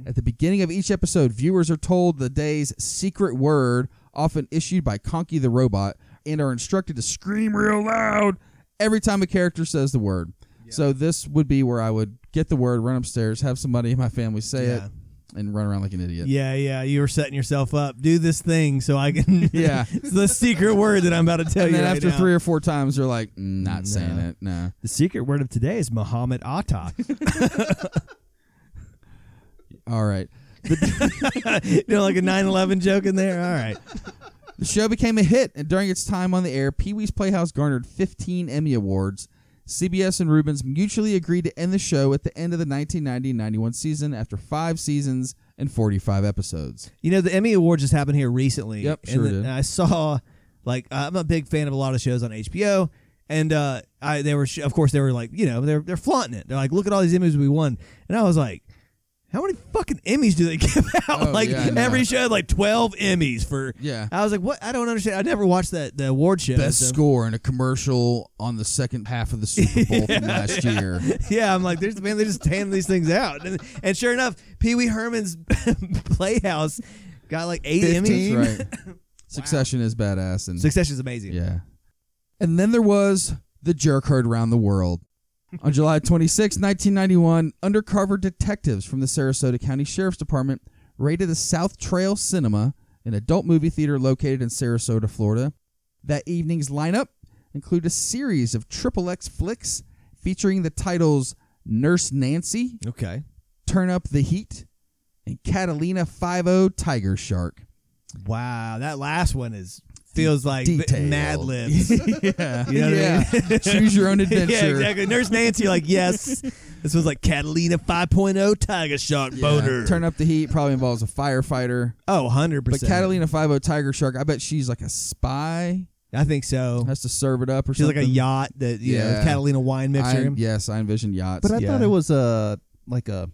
[SPEAKER 2] At the beginning of each episode, viewers are told the day's secret word, often issued by Conky the Robot, and are instructed to scream real loud every time a character says the word. So, this would be where I would get the word, run upstairs, have somebody in my family say
[SPEAKER 4] Yeah.
[SPEAKER 2] it, and run around like an idiot.
[SPEAKER 4] Yeah, yeah, you were setting yourself up. Do this thing so I can. (laughs)
[SPEAKER 2] Yeah.
[SPEAKER 4] it's the secret word that I'm about to tell
[SPEAKER 2] And
[SPEAKER 4] Oh, you.
[SPEAKER 2] then
[SPEAKER 4] right
[SPEAKER 2] after
[SPEAKER 4] now.
[SPEAKER 2] three or four times, they're like, "Mm, not saying
[SPEAKER 4] No.
[SPEAKER 2] it. No.
[SPEAKER 4] the secret word of today is Muhammad Atta.
[SPEAKER 2] All right.
[SPEAKER 4] (laughs) you know, like a 9/11 joke in there. All right,
[SPEAKER 2] The show became a hit, and during its time on the air, Pee Wee's Playhouse garnered 15 Emmy Awards. CBS and Rubens mutually agreed to end the show at the end of the 1990 91 season after five seasons and 45 episodes.
[SPEAKER 4] you know the Emmy Award just happened here recently.
[SPEAKER 2] Yep,
[SPEAKER 4] and
[SPEAKER 2] sure
[SPEAKER 4] the-
[SPEAKER 2] did.
[SPEAKER 4] And I saw, like, I'm a big fan of a lot of shows on HBO, and uh, I they were, sh- of course, they were like, you know, they're they're flaunting it. They're like, look at all these Emmys we won, and I was like. How many fucking Emmys do they (laughs) give out?
[SPEAKER 2] Oh,
[SPEAKER 4] like
[SPEAKER 2] yeah, I know.
[SPEAKER 4] every show, had, like twelve Emmys for
[SPEAKER 2] Yeah.
[SPEAKER 4] I was like, "What? I don't understand. I never watched that the award show."
[SPEAKER 2] Best
[SPEAKER 4] so-
[SPEAKER 2] score in a commercial on the second half of the Super Bowl
[SPEAKER 4] (laughs)
[SPEAKER 2] from last year.
[SPEAKER 4] (laughs) Yeah, I'm like, "There's man, they just hand these things out." And, and sure enough, Pee Wee Herman's (laughs) Playhouse Got like eight Emmys.
[SPEAKER 2] That's
[SPEAKER 4] (laughs)
[SPEAKER 2] right. Succession is badass, and
[SPEAKER 4] Succession's amazing.
[SPEAKER 2] yeah. And then there was the jerk herd round the world. On July 26, 1991, undercover detectives from the Sarasota County Sheriff's Department raided the South Trail Cinema, an adult movie theater located in Sarasota, Florida. That evening's lineup included a series of triple X flicks featuring the titles Nurse Nancy,
[SPEAKER 4] Okay.
[SPEAKER 2] Turn Up the Heat, and Catalina 50 Tiger Shark.
[SPEAKER 4] Wow, that last one is feels like
[SPEAKER 2] Detailed. (laughs)
[SPEAKER 4] Mad Libs.
[SPEAKER 2] yeah.
[SPEAKER 4] (laughs)
[SPEAKER 2] (laughs)
[SPEAKER 4] You know what I
[SPEAKER 2] Choose your own adventure.
[SPEAKER 4] (laughs) yeah, exactly. Nurse Nancy, like yes, this was like Catalina 5.0 Tiger Shark
[SPEAKER 2] Yeah.
[SPEAKER 4] boner.
[SPEAKER 2] Turn up the heat probably involves a firefighter.
[SPEAKER 4] oh, 100
[SPEAKER 2] But
[SPEAKER 4] percent.
[SPEAKER 2] Catalina 50 Tiger Shark, I bet she's like a spy.
[SPEAKER 4] I think so.
[SPEAKER 2] Has to serve it up or
[SPEAKER 4] She's like
[SPEAKER 2] something.
[SPEAKER 4] a yacht that you know
[SPEAKER 2] Yeah.
[SPEAKER 4] Catalina wine
[SPEAKER 2] I,
[SPEAKER 4] mixer.
[SPEAKER 2] yes, I envision yachts.
[SPEAKER 5] But I thought
[SPEAKER 4] Yeah.
[SPEAKER 5] it was a like a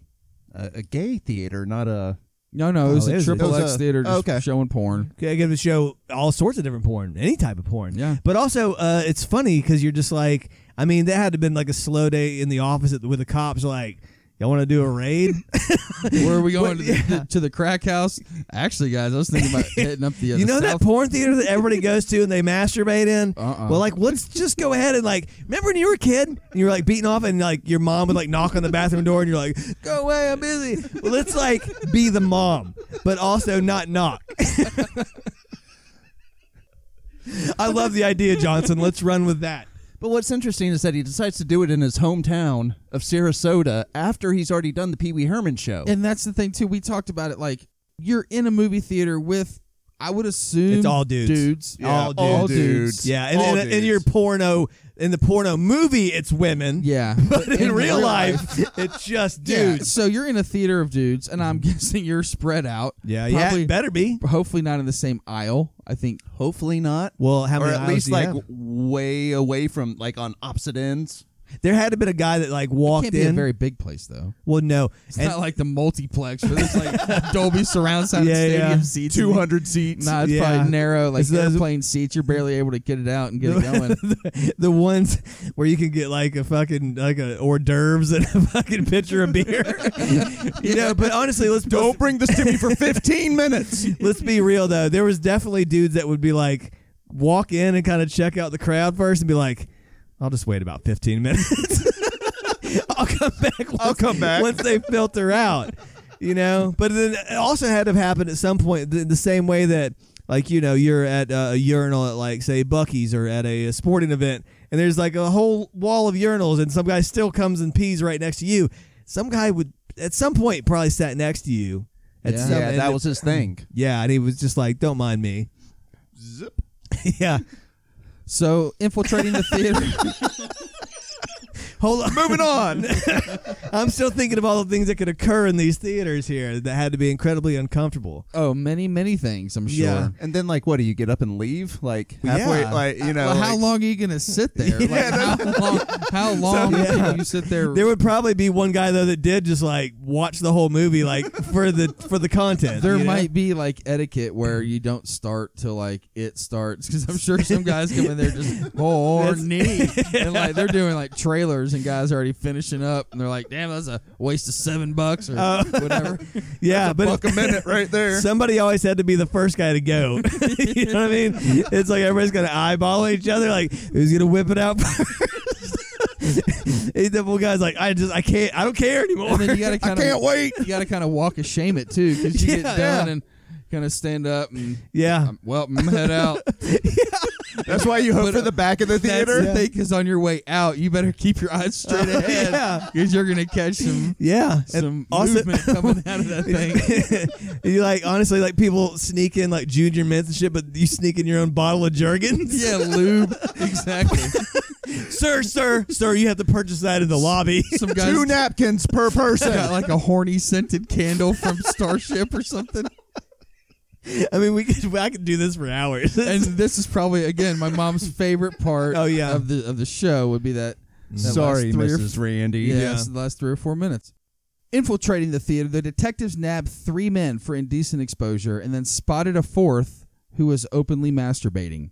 [SPEAKER 5] a, a gay theater, not a.
[SPEAKER 2] no, no, it was
[SPEAKER 4] Oh, it oh,
[SPEAKER 2] a
[SPEAKER 4] is-
[SPEAKER 2] triple
[SPEAKER 5] it was
[SPEAKER 2] X
[SPEAKER 5] a-
[SPEAKER 2] theater just
[SPEAKER 5] okay.
[SPEAKER 2] showing
[SPEAKER 4] (laughs)
[SPEAKER 2] porn.
[SPEAKER 4] I get to show all sorts of different porn, any type of porn.
[SPEAKER 2] Yeah.
[SPEAKER 4] But also, uh, it's funny because you're just like, I mean, that had to have been like a slow day in the office at, with the cops, like, y'all want to do a raid? (laughs)
[SPEAKER 2] Where are we going
[SPEAKER 4] But-
[SPEAKER 2] to, the, to the crack house? Actually, guys, I was thinking
[SPEAKER 4] (laughs)
[SPEAKER 2] about hitting up the. Uh,
[SPEAKER 4] you
[SPEAKER 2] the
[SPEAKER 4] know
[SPEAKER 2] South-
[SPEAKER 4] that porn theater that everybody goes to and they masturbate in?
[SPEAKER 2] Uh-uh.
[SPEAKER 4] Well, like, let's just go ahead and like, remember when you were a kid and you were like beating off and like your mom would like knock on the bathroom door and you're like, go away, I'm busy. Well, let's like be the mom, but also not knock. (laughs) I love the idea, Johnson. Let's run with that.
[SPEAKER 5] But what's interesting is that he decides to do it in his hometown of Sarasota after he's already done the Pee Wee Herman show.
[SPEAKER 2] And that's the thing too. We talked about it. Like you're in a movie theater with, I would assume
[SPEAKER 4] It's all dudes.
[SPEAKER 2] dudes,
[SPEAKER 4] All
[SPEAKER 2] all
[SPEAKER 4] dudes.
[SPEAKER 2] dudes.
[SPEAKER 4] Yeah, and in, in your porno, in the porno movie, it's women.
[SPEAKER 2] yeah.
[SPEAKER 4] (laughs) But in, real, life, it's just
[SPEAKER 2] Yeah,
[SPEAKER 4] dudes.
[SPEAKER 2] so you're in a theater of dudes, and I'm (laughs) guessing you're spread out.
[SPEAKER 4] Yeah, yeah,
[SPEAKER 2] probably,
[SPEAKER 4] it better be.
[SPEAKER 2] Hopefully not in the same aisle. I think.
[SPEAKER 5] Hopefully not,
[SPEAKER 4] Well, how
[SPEAKER 5] or
[SPEAKER 4] many
[SPEAKER 5] at
[SPEAKER 4] aisles
[SPEAKER 5] least
[SPEAKER 4] do you
[SPEAKER 5] like
[SPEAKER 4] have?
[SPEAKER 5] way away from like on opposite ends.
[SPEAKER 4] there had to been a guy that like
[SPEAKER 2] It
[SPEAKER 4] walked
[SPEAKER 2] can't be a
[SPEAKER 4] in.
[SPEAKER 2] very big place though.
[SPEAKER 4] well, no,
[SPEAKER 2] It's not
[SPEAKER 4] (laughs)
[SPEAKER 2] like the multiplex where there's like Dolby surround sound
[SPEAKER 4] Yeah,
[SPEAKER 2] stadium
[SPEAKER 4] yeah.
[SPEAKER 2] seats, two hundred seats. Nah, it's
[SPEAKER 4] Yeah.
[SPEAKER 2] probably narrow, like
[SPEAKER 4] It's those-
[SPEAKER 2] airplane seats. You're barely able to get it out and get
[SPEAKER 4] (laughs)
[SPEAKER 2] it going.
[SPEAKER 4] the, the ones where you can get like a fucking like a hors d'oeuvres and a fucking pitcher of beer. (laughs) you know, but honestly, let's don't bring this to me for fifteen minutes. (laughs) let's be real though. There was definitely dudes that would be like walk in and kind of check out the crowd first and be like, I'll just wait about fifteen minutes. (laughs) I'll come back. Once, I'll come back once they filter out. You know, but then it also had to have happened at some point the, the same way that. Like you know, you're at uh, a urinal at like say Bucky's or at a, a sporting event, and there's like a whole wall of urinals, and some guy still comes and pees right next to you. Some guy would at some point probably sat next to you. At
[SPEAKER 2] Yeah.
[SPEAKER 4] some,
[SPEAKER 5] yeah,
[SPEAKER 4] and
[SPEAKER 5] that
[SPEAKER 4] it-
[SPEAKER 5] was his thing.
[SPEAKER 4] yeah, and he was just like, "Don't mind me." Zip. (laughs) yeah.
[SPEAKER 2] So infiltrating the theater.
[SPEAKER 4] Hold on. Moving on. (laughs) I'm still thinking of all the things that could occur in these theaters here that had to be incredibly uncomfortable.
[SPEAKER 2] (laughs) Oh, many many things. I'm sure.
[SPEAKER 4] Yeah.
[SPEAKER 5] (laughs) And then, like, what do you get up and leave? Like
[SPEAKER 4] Well,
[SPEAKER 5] halfway,
[SPEAKER 4] yeah.
[SPEAKER 5] like you know,
[SPEAKER 2] Well, how
[SPEAKER 5] like-
[SPEAKER 2] long are you gonna sit
[SPEAKER 4] (laughs)
[SPEAKER 2] there? like, how long? How long
[SPEAKER 4] yeah.
[SPEAKER 2] can you sit there?
[SPEAKER 4] There would probably be one guy though that did just like watch the whole movie like for the for the content.
[SPEAKER 2] There
[SPEAKER 4] you know?
[SPEAKER 2] might be like etiquette where you don't start till like it starts because I'm sure some guys come in there
[SPEAKER 5] (laughs)
[SPEAKER 2] just horny (laughs) and like they're doing like trailers and guys are already finishing up and they're like, damn, that's a waste of seven bucks or
[SPEAKER 5] (laughs)
[SPEAKER 2] whatever.
[SPEAKER 4] yeah, but
[SPEAKER 5] Uh, Fuck a minute right there. (laughs)
[SPEAKER 4] Somebody always had to be the first guy to go. (laughs) you know what I mean? It's like everybody's gonna eyeball each other, like who's gonna whip it out (laughs) first? and the one guy's like, I just, I can't, (laughs) I don't care anymore.
[SPEAKER 2] And then you gotta kind of
[SPEAKER 4] wait.
[SPEAKER 2] you gotta kind of walk a shame it too
[SPEAKER 5] (laughs)
[SPEAKER 2] because you get
[SPEAKER 4] Yeah,
[SPEAKER 2] done
[SPEAKER 4] yeah.
[SPEAKER 2] and kind of stand up and
[SPEAKER 4] Yeah,
[SPEAKER 2] um, well I'm head
[SPEAKER 5] (laughs)
[SPEAKER 2] out.
[SPEAKER 5] That's why you hope
[SPEAKER 2] But,
[SPEAKER 5] for the back of
[SPEAKER 2] (laughs)
[SPEAKER 5] the
[SPEAKER 2] That's
[SPEAKER 5] theater.
[SPEAKER 2] the thing because on your way out you better keep your eyes
[SPEAKER 5] (laughs)
[SPEAKER 2] straight ahead
[SPEAKER 4] (laughs) yeah.
[SPEAKER 2] because you're gonna catch some
[SPEAKER 4] yeah. And
[SPEAKER 2] some
[SPEAKER 4] also-
[SPEAKER 2] movement coming out of
[SPEAKER 4] (laughs)
[SPEAKER 2] that thing.
[SPEAKER 4] you like honestly like people sneak in like junior mints and shit, but you sneak in your own bottle of Jergens.
[SPEAKER 2] Yeah, lube. Exactly.
[SPEAKER 4] (laughs) sir, sir, sir, you have to purchase that in
[SPEAKER 2] (laughs)
[SPEAKER 4] the lobby. (laughs)
[SPEAKER 2] Some guys
[SPEAKER 5] (laughs) Two napkins per person.
[SPEAKER 2] got like a horny scented candle from Starship or something.
[SPEAKER 4] I mean, we could, I could do this for hours. (laughs)
[SPEAKER 2] And this is probably again my mom's favorite part.
[SPEAKER 4] Oh, yeah.
[SPEAKER 2] of the of the show would be that. that last three or
[SPEAKER 5] Randy.
[SPEAKER 2] Yeah, it's the last three or four minutes. Infiltrating the theater, the detectives nabbed three men for indecent exposure and then spotted a fourth who was openly masturbating.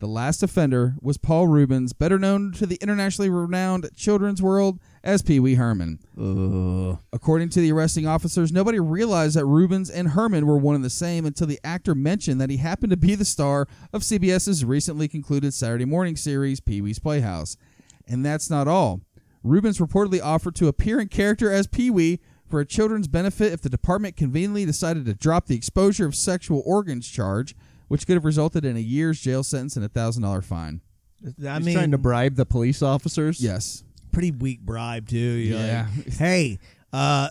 [SPEAKER 2] The last offender was Paul Rubens, better known to the internationally renowned children's world as Pee Wee Herman. According to the arresting officers, nobody realized that Rubens and Herman were one and the same until the actor mentioned that he happened to be the star of CBS's recently concluded Saturday morning series, Pee Wee's Playhouse. And that's not all. Rubens reportedly offered to appear in character as Pee Wee for a children's benefit if the department conveniently decided to drop the exposure of sexual organs charge, which could have resulted in a year's jail sentence and a $1,000 fine.
[SPEAKER 4] I
[SPEAKER 5] He's
[SPEAKER 4] mean,
[SPEAKER 5] trying to bribe the police
[SPEAKER 2] (laughs)
[SPEAKER 5] officers.
[SPEAKER 2] Yes.
[SPEAKER 4] pretty weak bribe too. You're
[SPEAKER 2] Yeah. (laughs)
[SPEAKER 4] like, hey, uh,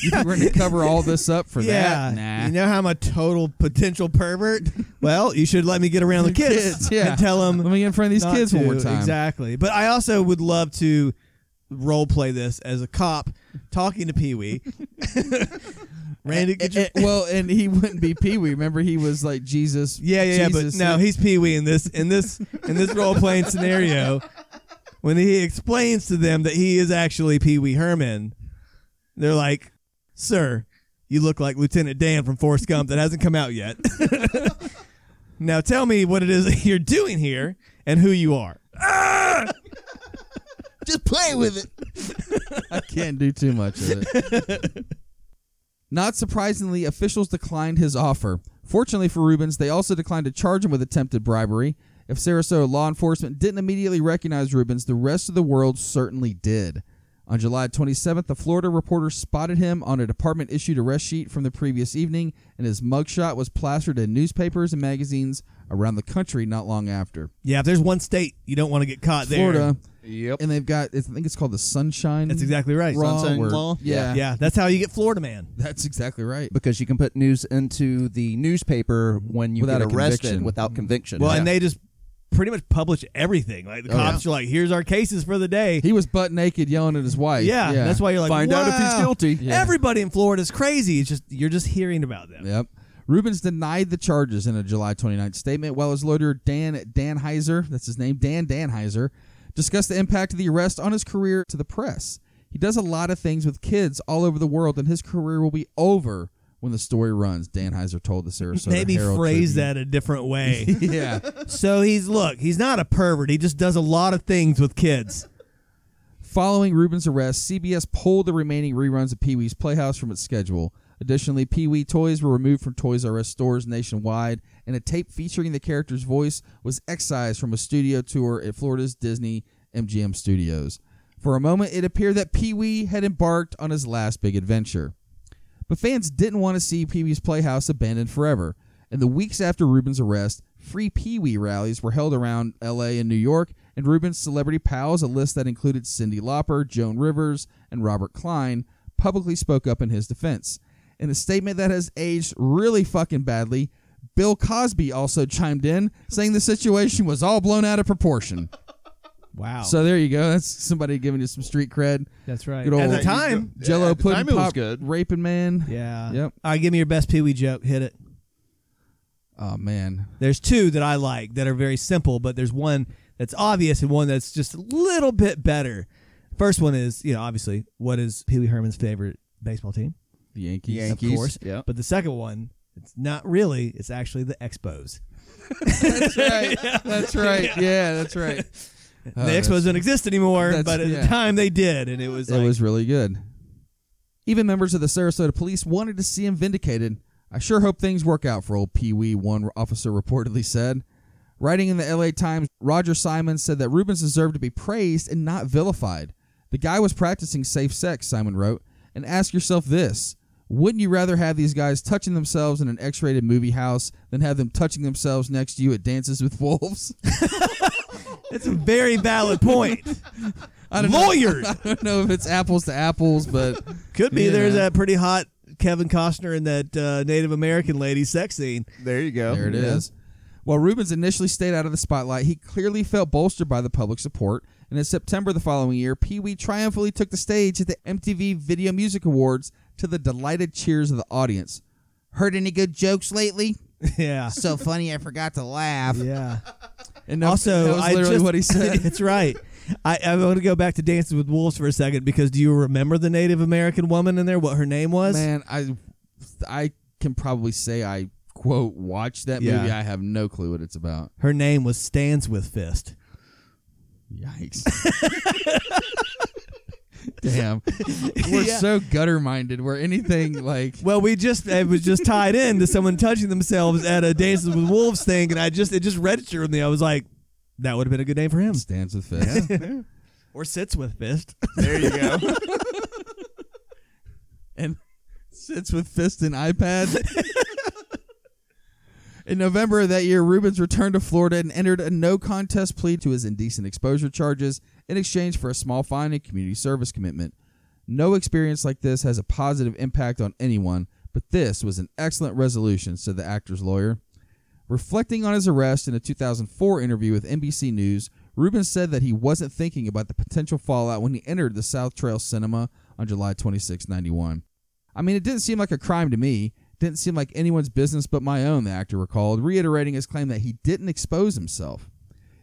[SPEAKER 2] You think we're going to cover all this up for
[SPEAKER 4] (laughs) yeah,
[SPEAKER 2] that? Nah.
[SPEAKER 4] you know how I'm a total potential pervert. well, you should let me get around the kids,
[SPEAKER 2] Kids, yeah.
[SPEAKER 4] and tell them
[SPEAKER 2] Let me get in front of these
[SPEAKER 4] not
[SPEAKER 2] kids one
[SPEAKER 4] to.
[SPEAKER 2] more time.
[SPEAKER 4] Exactly. But I also would love to role play this as a cop talking to
[SPEAKER 2] (laughs)
[SPEAKER 4] Pee Wee. Randy, could you?
[SPEAKER 2] Eh, well, and he wouldn't be Pee Wee. Remember, he was like Jesus.
[SPEAKER 4] (laughs) yeah, yeah, yeah. But
[SPEAKER 2] Jesus.
[SPEAKER 4] no, he's Pee Wee in this in this in this role playing
[SPEAKER 2] (laughs)
[SPEAKER 4] scenario. When he explains to them that he is actually Pee Wee Herman, they're like, "Sir, you look like Lieutenant Dan from Forrest Gump that hasn't come out yet." (laughs) now tell me what it is that you're doing here and who you are.
[SPEAKER 6] Just play with it.
[SPEAKER 2] I can't do too much of it. (laughs) Not surprisingly, officials declined his offer. Fortunately for Rubens, they also declined to charge him with attempted bribery. If Sarasota law enforcement didn't immediately recognize Rubens, the rest of the world certainly did. On July 27th, a Florida reporter spotted him on a department issued arrest sheet from the previous evening, and his mugshot was plastered in newspapers and magazines around the country not long after.
[SPEAKER 4] Yeah, if there's one state you don't want to get caught there,
[SPEAKER 2] Florida,
[SPEAKER 5] Yep.
[SPEAKER 2] and they've got, I think it's called the Sunshine.
[SPEAKER 4] That's exactly right.
[SPEAKER 2] Law.
[SPEAKER 5] Sunshine
[SPEAKER 2] word.
[SPEAKER 5] Law?
[SPEAKER 2] Yeah.
[SPEAKER 4] Yeah, that's how you get Florida man.
[SPEAKER 2] That's exactly right.
[SPEAKER 5] Because you can put news into the newspaper when you
[SPEAKER 2] Without
[SPEAKER 5] get
[SPEAKER 2] a
[SPEAKER 5] arrested
[SPEAKER 2] conviction.
[SPEAKER 5] without conviction.
[SPEAKER 4] Well, and they just pretty much publish everything. Like the cops are like, "Here's our cases for the day."
[SPEAKER 2] He was butt naked yelling at his wife.
[SPEAKER 4] yeah, that's why you're like,
[SPEAKER 5] find out if he's
[SPEAKER 4] "Wow,
[SPEAKER 5] guilty.
[SPEAKER 2] Yeah.
[SPEAKER 4] Everybody in Florida is crazy. It's just you're just hearing about them.
[SPEAKER 2] Yep. Rubens denied the charges in a July 29th statement, while his lawyer Dan Danheiser, that's his name, Dan Danheiser, discussed the impact of the arrest on his career to the press. He does a lot of things with kids all over the world, and his career will be over when the story runs. Danheiser told the Sarasota
[SPEAKER 4] Maybe
[SPEAKER 2] Herald
[SPEAKER 4] phrase
[SPEAKER 2] Tribune.
[SPEAKER 4] that a different way.
[SPEAKER 2] (laughs) yeah.
[SPEAKER 4] so he's look, he's not a pervert. He just does a lot of things with kids.
[SPEAKER 2] Following Rubin's arrest, CBS pulled the remaining reruns of Pee Wee's Playhouse from its schedule. Additionally, Pee Wee toys were removed from Toys R Us stores nationwide, and a tape featuring the character's voice was excised from a studio tour at Florida's Disney MGM Studios. For a moment, it appeared that Pee Wee had embarked on his last big adventure. But fans didn't want to see Pee Wee's Playhouse abandoned forever. In the weeks after Rubin's arrest, free Pee Wee rallies were held around LA and New York, and Rubin's celebrity pals, a list that included Cindy Lauper, Joan Rivers, and Robert Klein, publicly spoke up in his defense. In a statement that has aged really fucking badly, Bill Cosby also chimed in, saying the situation was all blown out of proportion.
[SPEAKER 4] Wow.
[SPEAKER 2] So there you go. That's somebody giving you some street cred.
[SPEAKER 4] that's right.
[SPEAKER 2] Good old
[SPEAKER 4] At the time,
[SPEAKER 2] Jello
[SPEAKER 7] At the
[SPEAKER 2] pudding
[SPEAKER 7] time it was
[SPEAKER 2] pop
[SPEAKER 7] good.
[SPEAKER 2] raping man.
[SPEAKER 4] yeah.
[SPEAKER 2] Yep.
[SPEAKER 4] All right, give me your best Pee Wee joke. Hit it.
[SPEAKER 2] Oh man.
[SPEAKER 4] There's two that I like that are very simple, but there's one that's obvious and one that's just a little bit better. First one is, you know, obviously, what is Pee Wee Herman's favorite baseball team?
[SPEAKER 2] The Yankees.
[SPEAKER 4] Of course. But the second one, it's not really, it's actually the
[SPEAKER 2] (laughs)
[SPEAKER 4] Expos.
[SPEAKER 2] That's right. (laughs) That's
[SPEAKER 4] (laughs)
[SPEAKER 2] right. Yeah, that's right. Oh,
[SPEAKER 4] the
[SPEAKER 2] that's-
[SPEAKER 4] Expos don't exist anymore,
[SPEAKER 2] that's-
[SPEAKER 4] but at
[SPEAKER 2] yeah.
[SPEAKER 4] the time they did, and it was
[SPEAKER 2] it
[SPEAKER 4] like,
[SPEAKER 2] was really good. Even members of the Sarasota police wanted to see him vindicated. I sure hope things work out for old Pee Wee, one officer reportedly said. Writing in the LA Times, Roger Simon said that Rubens deserved to be praised and not vilified. The guy was practicing safe sex, Simon wrote. And ask yourself this wouldn't you rather have these guys touching themselves in an X rated movie house than have them touching themselves next to you at Dances with Wolves? (laughs)
[SPEAKER 4] it's a very valid point.
[SPEAKER 2] I don't know. (laughs)
[SPEAKER 4] Lawyers!
[SPEAKER 2] I don't know if it's apples to apples, but
[SPEAKER 4] Could be
[SPEAKER 2] (laughs) Yeah.
[SPEAKER 4] there's that pretty hot Kevin Costner and that uh, Native American lady sex scene. (laughs)
[SPEAKER 7] There you go.
[SPEAKER 2] there it is. While Rubens initially stayed out of the spotlight, he clearly felt bolstered by the public support. And in September the following year, Pee Wee triumphantly took the stage at the MTV Video Music Awards to the delighted cheers of the audience. Heard any good jokes lately?
[SPEAKER 4] yeah.
[SPEAKER 6] So funny, I forgot to laugh.
[SPEAKER 4] Yeah.
[SPEAKER 2] And
[SPEAKER 4] also,
[SPEAKER 2] that was
[SPEAKER 4] I
[SPEAKER 2] literally
[SPEAKER 4] just,
[SPEAKER 2] what he said.
[SPEAKER 4] (laughs) That's right. I, I want to go back to Dances with Wolves for a second because do you remember the Native American woman in there? What her name was?
[SPEAKER 2] Man, I, I can probably say I
[SPEAKER 5] quote watch that
[SPEAKER 4] Yeah.
[SPEAKER 5] movie, I have no clue what it's about.
[SPEAKER 4] Her name was Stands with Fist. (laughs)
[SPEAKER 5] Yikes. Damn.
[SPEAKER 4] (laughs)
[SPEAKER 5] We're
[SPEAKER 4] Yeah.
[SPEAKER 5] so gutter minded where (laughs) anything like
[SPEAKER 4] Well, we just it was just tied in to someone touching themselves at a Dances with Wolves thing, and I just it just registered with me. I was like, that would have been a good name for him,
[SPEAKER 5] stands with fist.
[SPEAKER 4] or sits with fist.
[SPEAKER 8] There you go.
[SPEAKER 5] and sits with fist and iPad. In November of that year, Rubens returned to Florida and entered a no contest plea to his indecent exposure charges in exchange for a small fine and community service commitment. No experience like this has a positive impact on anyone, but this was an excellent resolution, said the actor's lawyer. Reflecting on his arrest in a 2004 interview with NBC News, Rubin said that he wasn't thinking about the potential fallout when he entered the South Trail Cinema on July 26, 91. I mean, it didn't seem like a crime to me. Didn't seem like anyone's business but my own, the actor recalled, reiterating his claim that he didn't expose himself.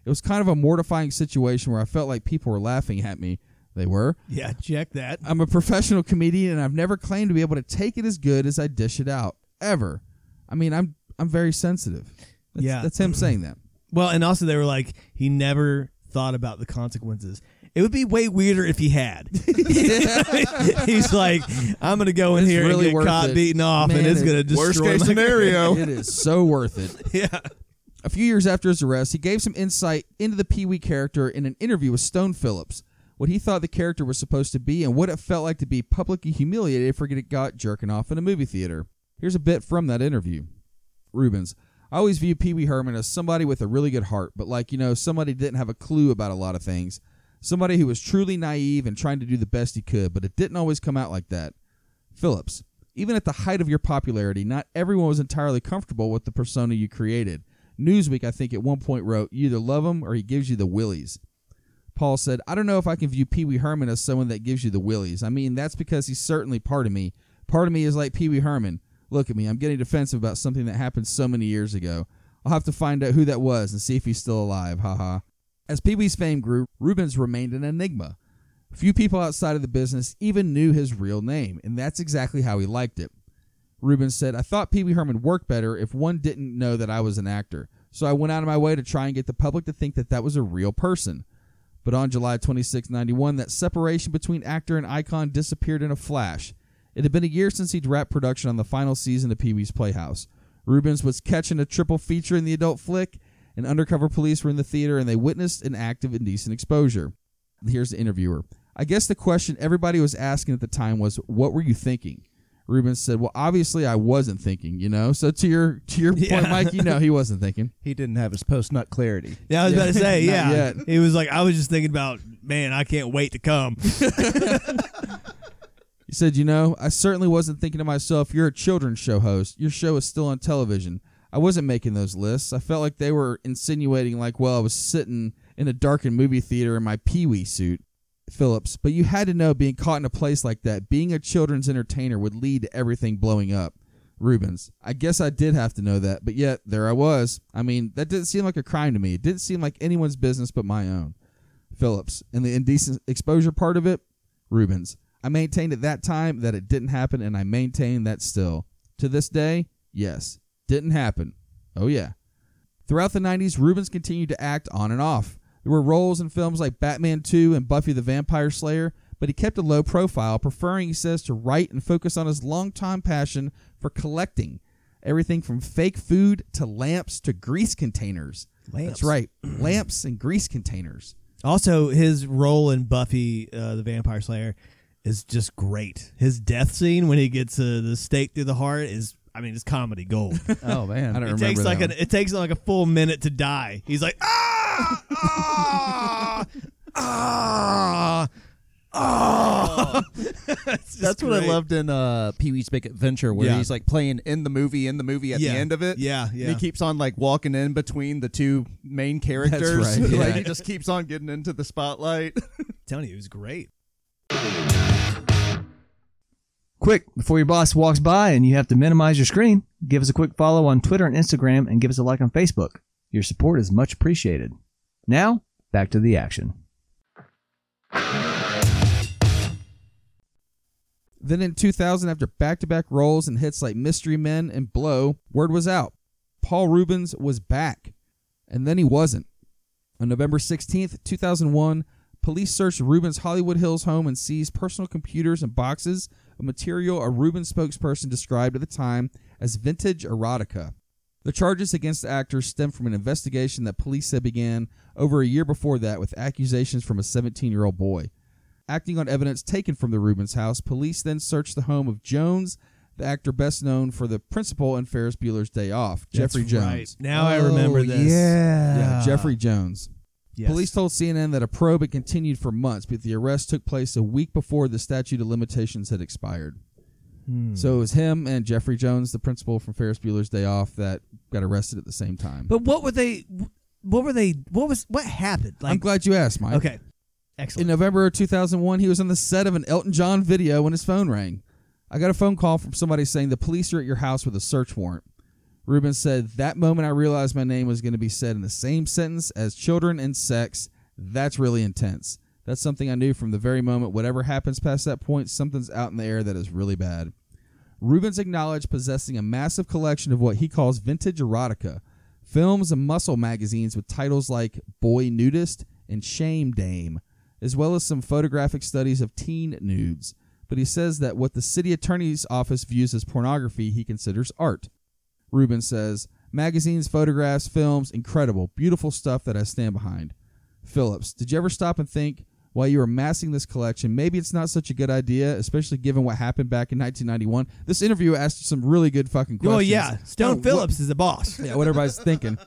[SPEAKER 5] It was kind of a mortifying situation where I felt like people were laughing at me. They were.
[SPEAKER 4] (laughs) Yeah, check that.
[SPEAKER 5] I'm a professional comedian and I've never claimed to be able to take it as good as I dish it out ever. I mean, I'm I'm very sensitive. That's,
[SPEAKER 4] Yeah.
[SPEAKER 5] that's him saying that.
[SPEAKER 4] Well, and also they were like, he never thought about the consequences. It would be way weirder if he
[SPEAKER 5] (laughs)
[SPEAKER 4] had. (laughs) He's like, I'm gonna go in
[SPEAKER 5] It's
[SPEAKER 4] here
[SPEAKER 5] really
[SPEAKER 4] and
[SPEAKER 5] worth
[SPEAKER 4] get caught
[SPEAKER 5] it.
[SPEAKER 4] beaten off,
[SPEAKER 5] Man,
[SPEAKER 4] and it's
[SPEAKER 5] it-
[SPEAKER 4] gonna destroy
[SPEAKER 8] Worst case
[SPEAKER 4] my- (laughs)
[SPEAKER 8] scenario.
[SPEAKER 5] (laughs) It is so worth it.
[SPEAKER 4] yeah,
[SPEAKER 5] A few years after his arrest, he gave some insight into the Pee Wee character in an interview with Stone Phillips, what he thought the character was supposed to be, and what it felt like to be publicly humiliated for getting got jerking off in a movie theater. Here's a bit from that interview. Rubens. I always view Pee Wee Herman as somebody with a really good heart, but like, you know, somebody didn't have a clue about a lot of things. Somebody who was truly naive and trying to do the best he could, but it didn't always come out like that. Phillips, even at the height of your popularity, not everyone was entirely comfortable with the persona you created. Newsweek, I think, at one point wrote, You either love him or he gives you the willies. Paul said, I don't know if I can view Pee Wee Herman as someone that gives you the willies. I mean, that's because he's certainly part of me. Part of me is like Pee Wee Herman. Look at me, I'm getting defensive about something that happened so many years ago. I'll have to find out who that was and see if he's still alive. Ha ha. As Pee Wee's fame grew, Rubens remained an enigma. Few people outside of the business even knew his real name, and that's exactly how he liked it. Rubin said, I thought Pee Wee Herman worked better if one didn't know that I was an actor. So I went out of my way to try and get the public to think that that was a real person. But on July 26, 91, that separation between actor and icon disappeared in a flash. It had been a year since he'd wrapped production on the final season of Pee Wee's Playhouse. Rubens was catching a triple feature in the adult flick, and undercover police were in the theater and they witnessed an act of indecent exposure. Here's the interviewer. I guess the question everybody was asking at the time was, "What were
[SPEAKER 2] (laughs)
[SPEAKER 5] you thinking?" Rubens said, "Well, obviously I wasn't thinking, you know." So to your to your point, Mike, you know he wasn't thinking.
[SPEAKER 9] He didn't have his post nut clarity.
[SPEAKER 4] yeah. I was about to say,
[SPEAKER 5] (laughs) Not
[SPEAKER 4] yeah.
[SPEAKER 5] yet.
[SPEAKER 4] He was like, I was just thinking about, man, I can't wait to come.
[SPEAKER 5] He said, "You know, I certainly wasn't thinking to myself, you're a children's show host. Your show is still on television. I wasn't making those lists. I felt like they were insinuating like, well, I was sitting in a darkened movie theater in my pee-wee suit." Phillips, but you had to know being caught in a place like that, being a children's entertainer would lead to everything blowing up. Rubens, I guess I did have to know that, but yet there I was. I mean, that didn't seem like a crime to me. It didn't seem like anyone's business but my own. Phillips, and the indecent exposure part of it, Rubens. I maintained at that time that it didn't happen, and I maintain that still. To this day, yes, didn't happen. Oh, yeah. Throughout the 90s, Rubens continued to act on and off. There were roles in films like Batman 2 and Buffy the Vampire Slayer, but he kept a low profile, preferring, he says, to write and focus on his longtime passion for collecting everything from fake food to lamps to grease containers.
[SPEAKER 4] Lamps.
[SPEAKER 9] (clears throat)
[SPEAKER 5] That's right, lamps and grease containers.
[SPEAKER 4] Also, his role in Buffy uh, the Vampire Slayer is just great. His death scene when he gets uh, the stake through the heart is, I mean, it's comedy
[SPEAKER 5] (laughs)
[SPEAKER 4] gold.
[SPEAKER 9] Oh man,
[SPEAKER 5] I don't
[SPEAKER 4] it
[SPEAKER 5] remember
[SPEAKER 4] takes
[SPEAKER 5] that
[SPEAKER 4] like
[SPEAKER 5] one.
[SPEAKER 4] an it takes like a full minute to die. He's like ah ah ah ah. (laughs) It's just
[SPEAKER 9] That's what I
[SPEAKER 4] great.
[SPEAKER 9] loved in uh, Pee Wee's Big Adventure, where
[SPEAKER 4] Yeah.
[SPEAKER 9] he's like playing in the movie, in the movie at
[SPEAKER 4] Yeah.
[SPEAKER 9] the end of it.
[SPEAKER 4] Yeah,
[SPEAKER 9] And
[SPEAKER 4] yeah.
[SPEAKER 9] he keeps on like walking in between the two main characters. (laughs)
[SPEAKER 5] right,
[SPEAKER 9] like
[SPEAKER 5] yeah.
[SPEAKER 9] he just keeps on getting into the spotlight. (laughs)
[SPEAKER 4] telling you, it was great.
[SPEAKER 1] Quick, before your boss walks by and you have to minimize your screen, give us a quick follow on Twitter and Instagram and give us a like on Facebook. Your support is much appreciated. Now, back to the action.
[SPEAKER 5] Then in 2000, after back to back roles and hits like Mystery Men and Blow, word was out. Paul Rubens was back. And then he wasn't. On November 16th, 2001, police searched Rubens' Hollywood Hills home and seized personal computers and boxes of material a Rubens spokesperson described at the time as vintage erotica. The charges against the actor stem from an investigation that police said began over a year before that with accusations from a 17 year old boy. Acting on evidence taken from the Rubens house, police then searched the home of Jones, the actor best known for the principal in Ferris Bueller's Day Off, Jeffrey
[SPEAKER 4] That's
[SPEAKER 5] Jones.
[SPEAKER 4] right. Now I
[SPEAKER 9] Oh,
[SPEAKER 4] remember this.
[SPEAKER 5] Yeah,
[SPEAKER 4] Oh, Yeah.
[SPEAKER 5] Jeffrey Jones.
[SPEAKER 4] Yes.
[SPEAKER 5] Police told CNN that a probe had continued for months, but the arrest took place a week before the statute of limitations had expired. So it was him and Jeffrey Jones, the principal from Ferris Bueller's Day Off, that got arrested at the same time.
[SPEAKER 4] But what were they? What were they? What was? What happened? Like
[SPEAKER 5] I'm glad you asked, Mike.
[SPEAKER 4] okay,
[SPEAKER 5] In
[SPEAKER 4] excellent.
[SPEAKER 5] November of 2001, he was on the set of an Elton John video when his phone rang. I got a phone call from somebody saying the police are at your house with a search warrant. Ruben said, That moment I realized my name was going to be said in the same sentence as children and sex. That's really intense. That's something I knew from the very moment. Whatever happens past that point, something's out in the air that is really bad. Rubens acknowledged possessing a massive collection of what he calls vintage erotica, films and muscle magazines with titles like Boy Nudist and Shame Dame, as well as some photographic studies of teen nudes. But he says that what the city attorney's office views as pornography, he considers art. Rubin says, magazines, photographs, films, incredible, beautiful stuff that I stand behind. Phillips, did you ever stop and think, while you were amassing this collection, maybe it's not such a good idea, especially given what happened back in 1991? This interview asked some really good fucking questions.
[SPEAKER 4] Oh yeah, Stone
[SPEAKER 5] Kinda what-
[SPEAKER 4] Phillips is
[SPEAKER 9] (laughs)
[SPEAKER 4] the boss.
[SPEAKER 5] yeah, what everybody's thinking.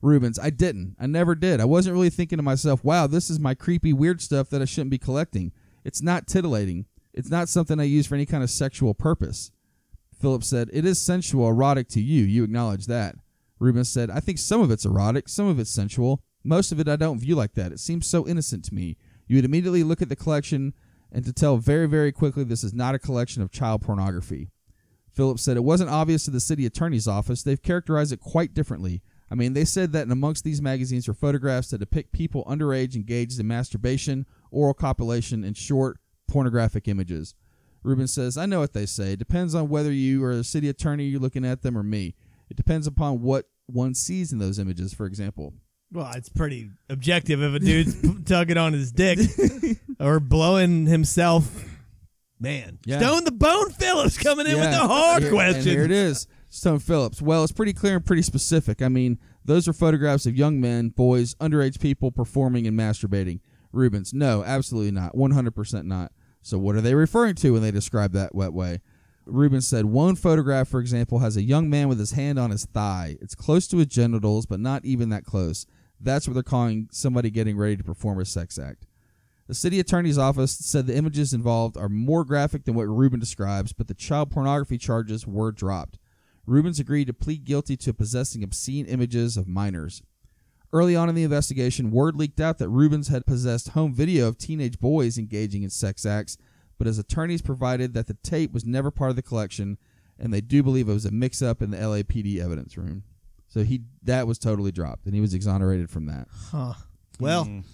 [SPEAKER 5] Rubens, I didn't. I never did. I wasn't really thinking to myself, wow, this is my creepy, weird stuff that I shouldn't be collecting. It's not titillating. It's not something I use for any kind of sexual purpose. Phillips said, it is sensual, erotic to you. You acknowledge that. Rubens said, I think some of it's erotic, some of it's sensual. Most of it I don't view like that. It seems so innocent to me. You would immediately look at the collection and to tell very, very quickly this is not a collection of child pornography. Phillips said it wasn't obvious to the city attorney's office. They've characterized it quite differently. I mean, they said that amongst these magazines were photographs that depict people underage engaged in masturbation, oral copulation, and short pornographic images. Rubin says, I know what they say. It depends on whether you are a city attorney, you're looking at them, or me. It depends upon what one sees in those images, for example.
[SPEAKER 4] Well, it's pretty objective if a dude's (laughs) p- tugging on his dick or blowing himself. Man,
[SPEAKER 5] Yeah.
[SPEAKER 4] Stone the Bone Phillips coming in with
[SPEAKER 5] Yeah.
[SPEAKER 4] the hard
[SPEAKER 5] Here-
[SPEAKER 4] questions.
[SPEAKER 5] And here it is. Stone Phillips. Well, it's pretty clear and pretty specific. I mean, those are photographs of young men, boys, underage people performing and masturbating. Rubens, no, absolutely not. 100% not. So, what are they referring to when they describe that wet way? Rubens said one photograph, for example, has a young man with his hand on his thigh. It's close to his genitals, but not even that close. That's what they're calling somebody getting ready to perform a sex act. The city attorney's office said the images involved are more graphic than what Rubin describes, but the child pornography charges were dropped. Rubens agreed to plead guilty to possessing obscene images of minors. Early on in the investigation, word leaked out that Rubens had possessed home video of teenage boys engaging in sex acts, but his attorneys provided that the tape was never part of the collection, and they do believe it was a mix up in the LAPD evidence room. So he that was totally dropped, and he was exonerated from that.
[SPEAKER 4] well, (laughs)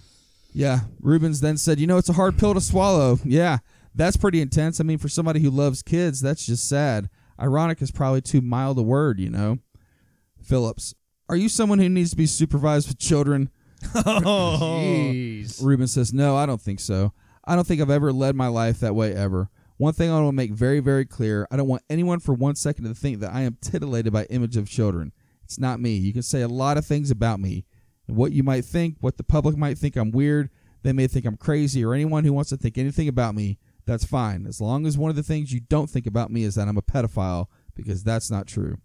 [SPEAKER 5] Yeah. Rubens then said, You know, it's a hard pill to swallow. Yeah. That's pretty intense. I mean, for somebody who loves kids, that's just sad. Ironic is probably too mild a word, you know? Phillips, are you someone who needs to be supervised with children?
[SPEAKER 4] oh.
[SPEAKER 5] Ruben says, No, I don't think so. I don't think I've ever led my life that way ever. One thing I want to make very, very clear I don't want anyone for one second to think that I am titillated by image of children. It's not me. You can say a lot of things about me. What you might think, what the public might think I'm weird, they may think I'm crazy, or anyone who wants to think anything about me, that's fine. As long as one of the things you don't think about me is that I'm a pedophile, because that's not true.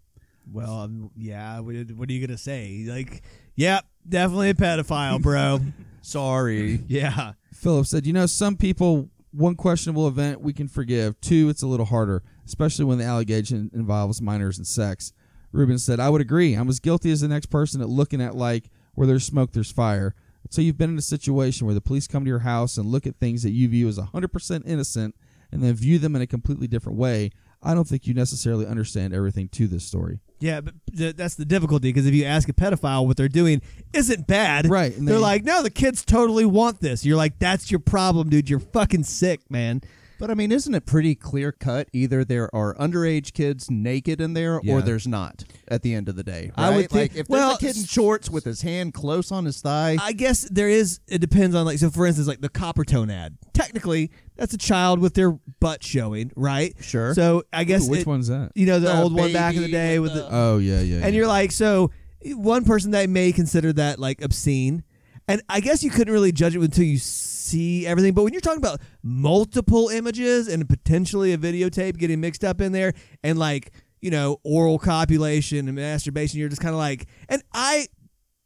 [SPEAKER 4] well, um, yeah. What, what are you gonna say? Like, yep, definitely a pedophile, bro.
[SPEAKER 10] Sorry.
[SPEAKER 4] (laughs) yeah,
[SPEAKER 5] Phillips said, "You know, some people one questionable event we can forgive. Two, it's a little harder, especially when the allegation involves minors and sex." Ruben said, "I would agree. I'm as guilty as the next person at looking at like where there's smoke, there's fire. So you've been in a situation where the police come to your house and look at things that you view as 100% innocent, and then view them in a completely different way. I don't think you necessarily understand everything to this story."
[SPEAKER 4] yeah. But th- that's the difficulty because if you ask a pedophile what they're doing isn't bad,
[SPEAKER 5] Right, and
[SPEAKER 4] They're
[SPEAKER 5] they-
[SPEAKER 4] like, no, the kids totally want this. You're like, that's your problem, dude. You're fucking sick, man.
[SPEAKER 5] But I mean, isn't it pretty clear cut? Either there are underage kids naked in there,
[SPEAKER 1] Yeah.
[SPEAKER 5] or there's not. At the end of the day,
[SPEAKER 4] I would
[SPEAKER 5] right?
[SPEAKER 4] think-
[SPEAKER 5] like if
[SPEAKER 4] well,
[SPEAKER 5] there's a kid in
[SPEAKER 4] s-
[SPEAKER 5] shorts with his hand close on his thigh.
[SPEAKER 4] I guess there is. It depends on like so. For instance, like the Coppertone ad. Technically, that's a child with their butt showing, right?
[SPEAKER 5] Sure.
[SPEAKER 4] So I guess
[SPEAKER 2] Which
[SPEAKER 4] it-
[SPEAKER 2] one's that?
[SPEAKER 4] You know the,
[SPEAKER 5] The
[SPEAKER 4] old one back in the
[SPEAKER 5] baby
[SPEAKER 4] day
[SPEAKER 5] with
[SPEAKER 4] with the,
[SPEAKER 2] Oh yeah, yeah.
[SPEAKER 4] and
[SPEAKER 2] yeah.
[SPEAKER 4] you're like so. One person that may consider that like obscene, and I guess you couldn't really judge it until you see everything. But when you're talking about multiple images and potentially a videotape getting mixed up in there, and like you know oral copulation and masturbation, you're just kind of like, and I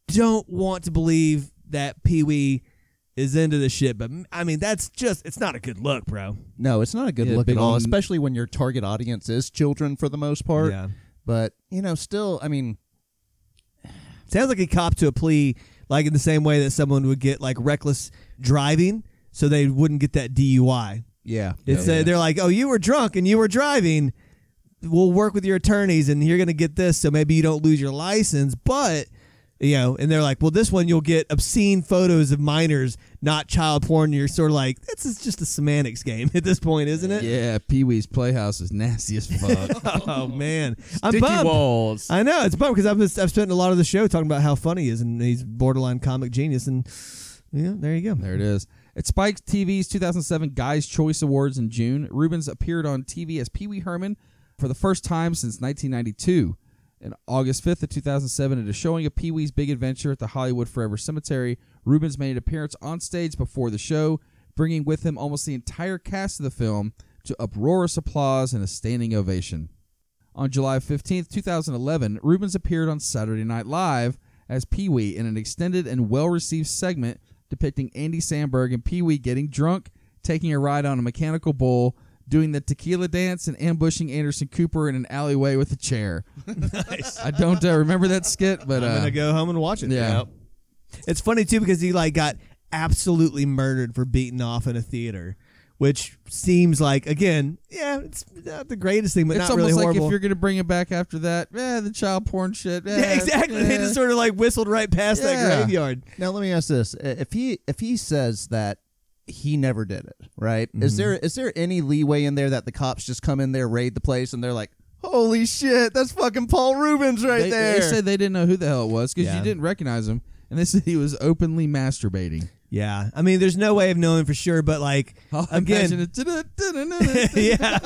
[SPEAKER 4] don't want to believe that Pee Wee is into this shit, but I mean that's just it's not a good look, bro.
[SPEAKER 5] no, it's not a good
[SPEAKER 2] Yeah,
[SPEAKER 5] look
[SPEAKER 2] big
[SPEAKER 5] at all,
[SPEAKER 2] old-
[SPEAKER 5] especially when your target audience is children for the most part. But you know, still, I mean,
[SPEAKER 4] Sounds like he copped to a plea, like in the same way that someone would get like reckless driving, so they wouldn't get that DUI.
[SPEAKER 5] yeah,
[SPEAKER 4] It's uh, they're like, oh, you were drunk and you were driving. We'll work with your attorneys, and you're gonna get this, so maybe you don't lose your license, but. You know, and they're like, well, this one you'll get obscene photos of minors, not child porn. You're sort of like, this is just a semantics game (laughs) at this point, isn't it?
[SPEAKER 2] yeah, Pee Wee's Playhouse is nasty as fuck.
[SPEAKER 4] (laughs) Oh man, I'm
[SPEAKER 11] Dicky
[SPEAKER 4] bummed.
[SPEAKER 11] walls.
[SPEAKER 4] I know it's a bummer because I've I've spent a lot of the show talking about how funny he is and he's borderline comic genius and yeah, there you go.
[SPEAKER 2] there it is. At Spike TV's 2007 Guys Choice Awards in June, Rubens appeared on TV as Pee Wee Herman for the first time since 1992. And August 5th of 2007, at a showing of Pee Wee's Big Adventure at the Hollywood Forever Cemetery, Rubens made an appearance on stage before the show, bringing with him almost the entire cast of the film to uproarious applause and a standing ovation. On July 15, 2011, Rubens appeared on Saturday Night Live as Pee Wee in an extended and well received segment depicting Andy Samberg and Pee Wee getting drunk, taking a ride on a mechanical bull, doing the tequila dance, and ambushing Anderson Cooper in an alleyway with a
[SPEAKER 4] (laughs)
[SPEAKER 2] chair. nice. I don't uh, remember that skit, but.
[SPEAKER 4] I'm
[SPEAKER 2] Uh,
[SPEAKER 4] gonna go home and watch it.
[SPEAKER 2] yeah.
[SPEAKER 4] it's funny too because he like got absolutely murdered for beating off in a theater, which seems like again, yeah, it's not the greatest thing, but
[SPEAKER 2] it's
[SPEAKER 4] not
[SPEAKER 2] almost
[SPEAKER 4] really
[SPEAKER 2] like
[SPEAKER 4] horrible.
[SPEAKER 2] if
[SPEAKER 4] (laughs)
[SPEAKER 2] you're going to bring it back after that, eh, the child porn shit. eh,
[SPEAKER 4] yeah, exactly. They
[SPEAKER 2] eh.
[SPEAKER 4] just sort of like whistled right past
[SPEAKER 2] Yeah.
[SPEAKER 4] that graveyard.
[SPEAKER 5] Now let me ask this: I- if he if he says that he never did it, right? Is there is there any leeway in there that the cops just come in there, raid the place, and they're like, "Holy shit, that's fucking Paul Rubens right
[SPEAKER 2] they,
[SPEAKER 5] there."
[SPEAKER 2] they said they didn't know who the hell it was because
[SPEAKER 4] Yeah.
[SPEAKER 2] you didn't recognize him, and they said he was openly masturbating.
[SPEAKER 4] Yeah, I mean, there's no way of knowing for sure, but like again,
[SPEAKER 2] Oh, Imagine it.
[SPEAKER 4] (laughs)
[SPEAKER 2] Da-da-da-da-da.
[SPEAKER 4] yeah.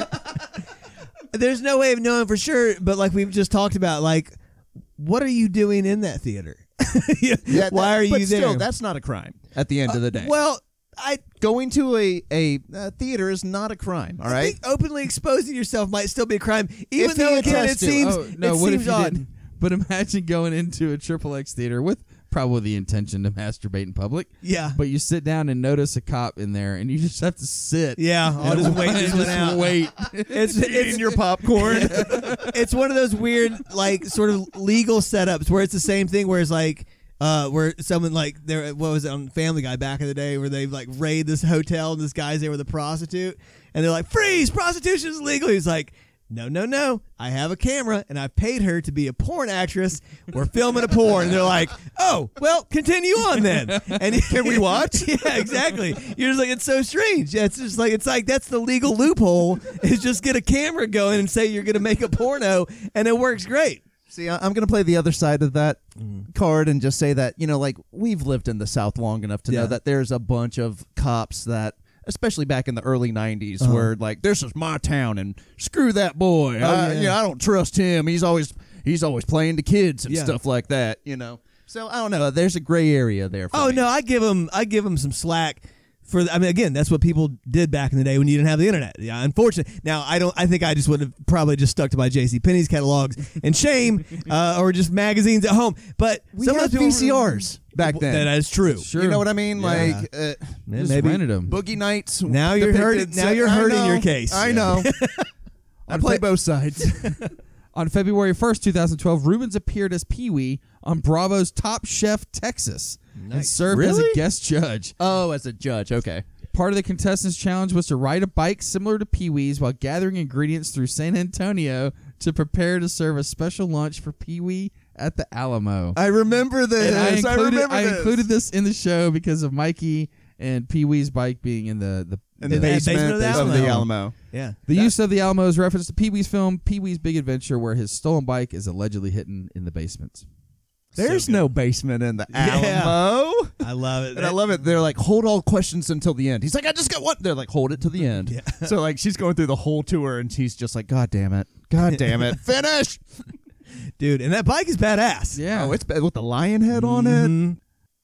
[SPEAKER 4] There's no way of knowing for sure, but like we've just talked about, like, what are you doing in that theater? (laughs) Yeah,
[SPEAKER 5] Yeah,
[SPEAKER 4] Why
[SPEAKER 5] that-
[SPEAKER 4] are you
[SPEAKER 5] but
[SPEAKER 4] there?
[SPEAKER 5] Still, that's not a crime. At the end of the day,
[SPEAKER 4] well, I,
[SPEAKER 5] Uh, going to a a uh, theater is not a crime. All
[SPEAKER 4] I
[SPEAKER 5] right.
[SPEAKER 4] think openly exposing yourself might still be a crime, even
[SPEAKER 5] If he
[SPEAKER 4] though again it
[SPEAKER 5] attests to it.
[SPEAKER 4] seems
[SPEAKER 2] Oh, no,
[SPEAKER 4] it
[SPEAKER 2] what
[SPEAKER 4] seems
[SPEAKER 2] if you
[SPEAKER 4] odd.
[SPEAKER 2] didn't? But imagine going into a triple X theater with probably the intention to masturbate in public.
[SPEAKER 4] Yeah,
[SPEAKER 2] But you sit down and notice a cop in there, and you just have to sit.
[SPEAKER 4] yeah.
[SPEAKER 2] (laughs)
[SPEAKER 4] I'll
[SPEAKER 2] and
[SPEAKER 4] just wait
[SPEAKER 2] and
[SPEAKER 4] this one
[SPEAKER 2] just
[SPEAKER 4] out. (laughs)
[SPEAKER 2] wait.
[SPEAKER 4] It's, it's your popcorn. (laughs) it's one of those weird, like, sort of legal setups where it's the same thing. Where it's like, uh, where someone like there, what was it on Family Guy back in the day, where they like raid this hotel and this guy's there with a prostitute, and they're like, "Freeze! Prostitution is legal." He's like. No, no, no. I have a camera and I paid her to be a porn actress. We're filming a porn. And they're like, oh, well, continue on then. And (laughs) can we watch? yeah, exactly. You're just like, it's so strange. Yeah, It's just like, it's like, that's the legal loophole is just get a camera going and say you're going to make a porno and it works great.
[SPEAKER 5] See, I- I'm going to play the other side of that
[SPEAKER 4] Mm-hmm.
[SPEAKER 5] card and just say that, you know, like we've lived in the South long enough to
[SPEAKER 4] Yeah.
[SPEAKER 5] know that there's a bunch of cops that, especially back in the early 90s,
[SPEAKER 4] Uh-huh.
[SPEAKER 5] were like, this is my town and screw that boy.
[SPEAKER 4] Oh,
[SPEAKER 5] I,
[SPEAKER 4] yeah.
[SPEAKER 5] you know, I don't trust him. He's always he's always playing to kids and
[SPEAKER 4] Yeah.
[SPEAKER 5] stuff like that, you know. So I don't know. There's a gray area there. For
[SPEAKER 4] Oh
[SPEAKER 5] me.
[SPEAKER 4] no, I give them I give them some slack for. I mean, again, that's what people did back in the day when you didn't have the internet. Yeah, unfortunately. Now I don't. I think I just would have probably just stuck to my J.C. Penney's catalogs and (laughs) shame, uh, or just magazines at home. But
[SPEAKER 5] We
[SPEAKER 4] some of
[SPEAKER 5] had
[SPEAKER 4] those people-
[SPEAKER 5] VCRs back
[SPEAKER 4] Well,
[SPEAKER 5] then.
[SPEAKER 4] That is true.
[SPEAKER 2] Sure.
[SPEAKER 5] You know what I mean? Like, uh,
[SPEAKER 4] Man,
[SPEAKER 2] Just
[SPEAKER 4] maybe-
[SPEAKER 2] rented him.
[SPEAKER 5] Boogie Nights.
[SPEAKER 4] Now you're
[SPEAKER 5] depicted
[SPEAKER 4] hurting- now
[SPEAKER 5] se-
[SPEAKER 4] you're
[SPEAKER 5] I
[SPEAKER 4] hurting
[SPEAKER 5] know.
[SPEAKER 4] your case.
[SPEAKER 5] I
[SPEAKER 4] Yeah. (laughs)
[SPEAKER 5] know. I play both (laughs) sides.
[SPEAKER 2] On February 1st, 2012, Rubens appeared as Pee Wee on Bravo's Top Chef Texas and served as a
[SPEAKER 5] Really?
[SPEAKER 2] guest judge.
[SPEAKER 5] Oh, as a judge, okay.
[SPEAKER 2] Part of the contestants' challenge was to ride a bike similar to Pee Wee's while gathering ingredients through San Antonio to prepare to serve a special lunch for Pee Wee at the Alamo.
[SPEAKER 5] I remember this.
[SPEAKER 2] And I included,
[SPEAKER 5] remember
[SPEAKER 2] I
[SPEAKER 5] this.
[SPEAKER 2] included this in the show because of Mikey and Pee Wee's bike being in the, the
[SPEAKER 4] In
[SPEAKER 5] the
[SPEAKER 4] basement of the Alamo. Yeah.
[SPEAKER 2] The use of the Alamo is reference to Pee Wee's film Pee Wee's Big Adventure, where his stolen bike is allegedly hidden in the basement.
[SPEAKER 11] There's no basement in the
[SPEAKER 4] Yeah. Uh,
[SPEAKER 11] Alamo.
[SPEAKER 4] I love (laughs) it.
[SPEAKER 5] And I love it. They're like, hold all questions until the end. He's like, I just got one. They're like, hold it to the end.
[SPEAKER 4] (laughs) Yeah.
[SPEAKER 11] So like she's going through the whole tour and he's just like, God damn it, God damn
[SPEAKER 4] (laughs)
[SPEAKER 11] it, finish.
[SPEAKER 4] Dude, and that bike is badass.
[SPEAKER 2] Yeah.
[SPEAKER 11] Oh, it's bad with the lion head on it.
[SPEAKER 4] Mhm.